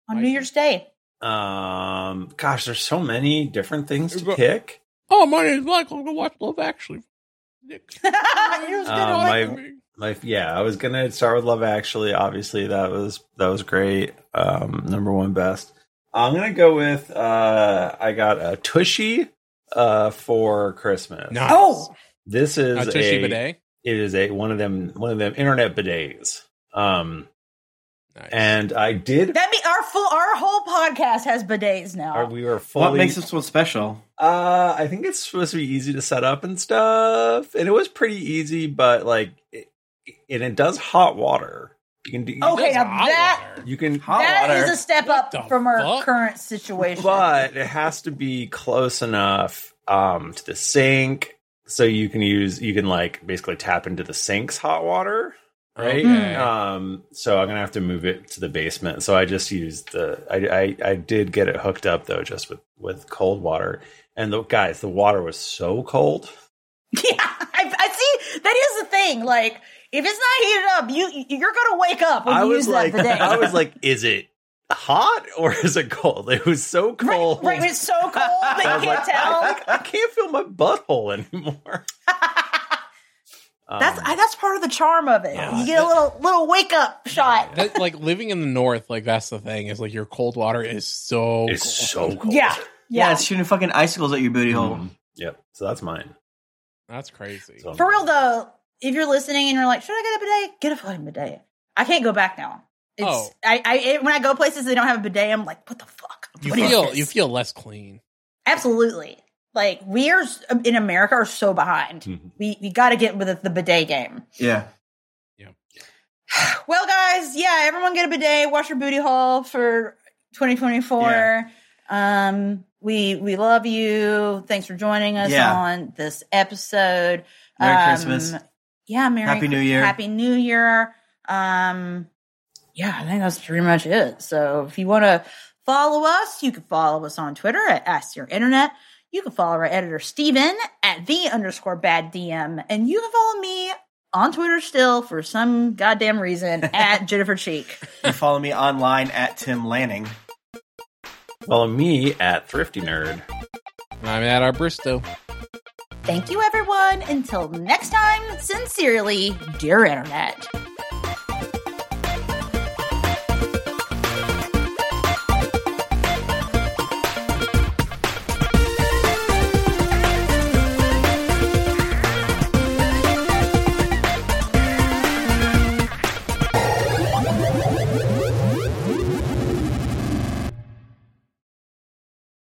[SPEAKER 2] On
[SPEAKER 4] Might
[SPEAKER 2] New
[SPEAKER 4] be.
[SPEAKER 2] Year's Day.
[SPEAKER 1] Um, gosh, there's so many different things to
[SPEAKER 4] But-
[SPEAKER 1] pick.
[SPEAKER 4] Oh, my name's Michael. I'm gonna watch Love Actually. Nick.
[SPEAKER 2] It was good,
[SPEAKER 1] Um,
[SPEAKER 2] I
[SPEAKER 1] my-
[SPEAKER 2] liked it.
[SPEAKER 1] Like, yeah, I was gonna start with Love Actually. Obviously, that was that was great. Um, number one best. I'm gonna go with uh, I got a tushy uh for Christmas.
[SPEAKER 4] Nice.
[SPEAKER 2] Oh.
[SPEAKER 1] This is
[SPEAKER 4] Uh, Tushy
[SPEAKER 1] a,
[SPEAKER 4] Bidet.
[SPEAKER 1] It is a one of them one of them internet bidets. Um,
[SPEAKER 4] Nice.
[SPEAKER 1] and I did.
[SPEAKER 2] that mean our full our whole podcast has bidets now.
[SPEAKER 1] Are we were fully.
[SPEAKER 3] What makes this one special?
[SPEAKER 1] Uh, I think it's supposed to be easy to set up and stuff, and it was pretty easy. But like, it, and it does hot water. You can do.
[SPEAKER 2] Oh. okay,
[SPEAKER 4] That's
[SPEAKER 2] now
[SPEAKER 4] hot
[SPEAKER 2] that-
[SPEAKER 4] water.
[SPEAKER 1] You can.
[SPEAKER 3] Hot
[SPEAKER 2] That
[SPEAKER 3] water.
[SPEAKER 2] is a step
[SPEAKER 4] What
[SPEAKER 2] up
[SPEAKER 4] the
[SPEAKER 2] from our
[SPEAKER 4] fuck?
[SPEAKER 2] current situation.
[SPEAKER 1] But it has to be close enough um to the sink, so you can use you can like basically tap into the sink's hot water. Right.
[SPEAKER 4] Okay.
[SPEAKER 2] Mm-hmm.
[SPEAKER 1] Um. So I'm gonna have to move it to the basement. So I just used the. I I, I did get it hooked up though, just with with cold water. And the guys, the water was so cold.
[SPEAKER 2] yeah, I, I see. That is the thing. Like, if it's not heated up, you you're gonna wake up when
[SPEAKER 1] I
[SPEAKER 2] you
[SPEAKER 1] was
[SPEAKER 2] use
[SPEAKER 1] like,
[SPEAKER 2] that bidet.
[SPEAKER 1] I was like, is it hot or is it cold? It was so cold.
[SPEAKER 2] Right, right, it's so cold that you
[SPEAKER 1] I
[SPEAKER 2] can't
[SPEAKER 1] was like,
[SPEAKER 2] tell.
[SPEAKER 1] I, I can't feel my butthole anymore. Um,
[SPEAKER 2] that's I, that's part of the charm of it.
[SPEAKER 4] Yeah.
[SPEAKER 2] you get a little little wake up shot.
[SPEAKER 4] That- like living in the north, like that's the thing, is like your cold water is so
[SPEAKER 1] it's
[SPEAKER 4] cold.
[SPEAKER 1] so cold.
[SPEAKER 2] Yeah,
[SPEAKER 3] Yeah.
[SPEAKER 2] yeah.
[SPEAKER 3] it's shooting fucking icicles at your booty hole.
[SPEAKER 4] Mm-hmm.
[SPEAKER 1] Mhm. Yep. So that's mine.
[SPEAKER 4] That's crazy.
[SPEAKER 1] So-
[SPEAKER 2] For real though, if you're listening and you're like, should I get a bidet? Get a fucking bidet. I can't go back now. It's,
[SPEAKER 4] Oh.
[SPEAKER 2] I, I it, when I go places they don't have a bidet, I'm like, what the fuck?
[SPEAKER 4] you
[SPEAKER 2] What is
[SPEAKER 4] feel
[SPEAKER 2] this?
[SPEAKER 4] you feel less clean.
[SPEAKER 2] absolutely like we are s- um, in America are so behind.
[SPEAKER 1] Mhm.
[SPEAKER 2] We we got to get with the bidet game.
[SPEAKER 3] Yeah.
[SPEAKER 2] Well, guys, yeah, everyone get a bidet, wash your booty hole for 2024. Um, we we love you. Thanks for joining us
[SPEAKER 3] Yeah.
[SPEAKER 2] on this episode.
[SPEAKER 3] Merry
[SPEAKER 2] Um,
[SPEAKER 3] Christmas.
[SPEAKER 2] Yeah, Merry
[SPEAKER 3] Happy New Year.
[SPEAKER 2] Happy New Year. Um, yeah, I think that's pretty much it. So if you want to follow us, you can follow us on Twitter at Ask Your Internet. You can follow our editor Steven at the underscore bad DM, and you can follow me on Twitter still for some goddamn reason at Jennifer Cheek.
[SPEAKER 3] You follow me online at Tim Lanning.
[SPEAKER 1] Follow me at Thrifty Nerd.
[SPEAKER 4] And I'm at our Bristow.
[SPEAKER 2] Thank you, everyone. Until next time, sincerely, dear Internet.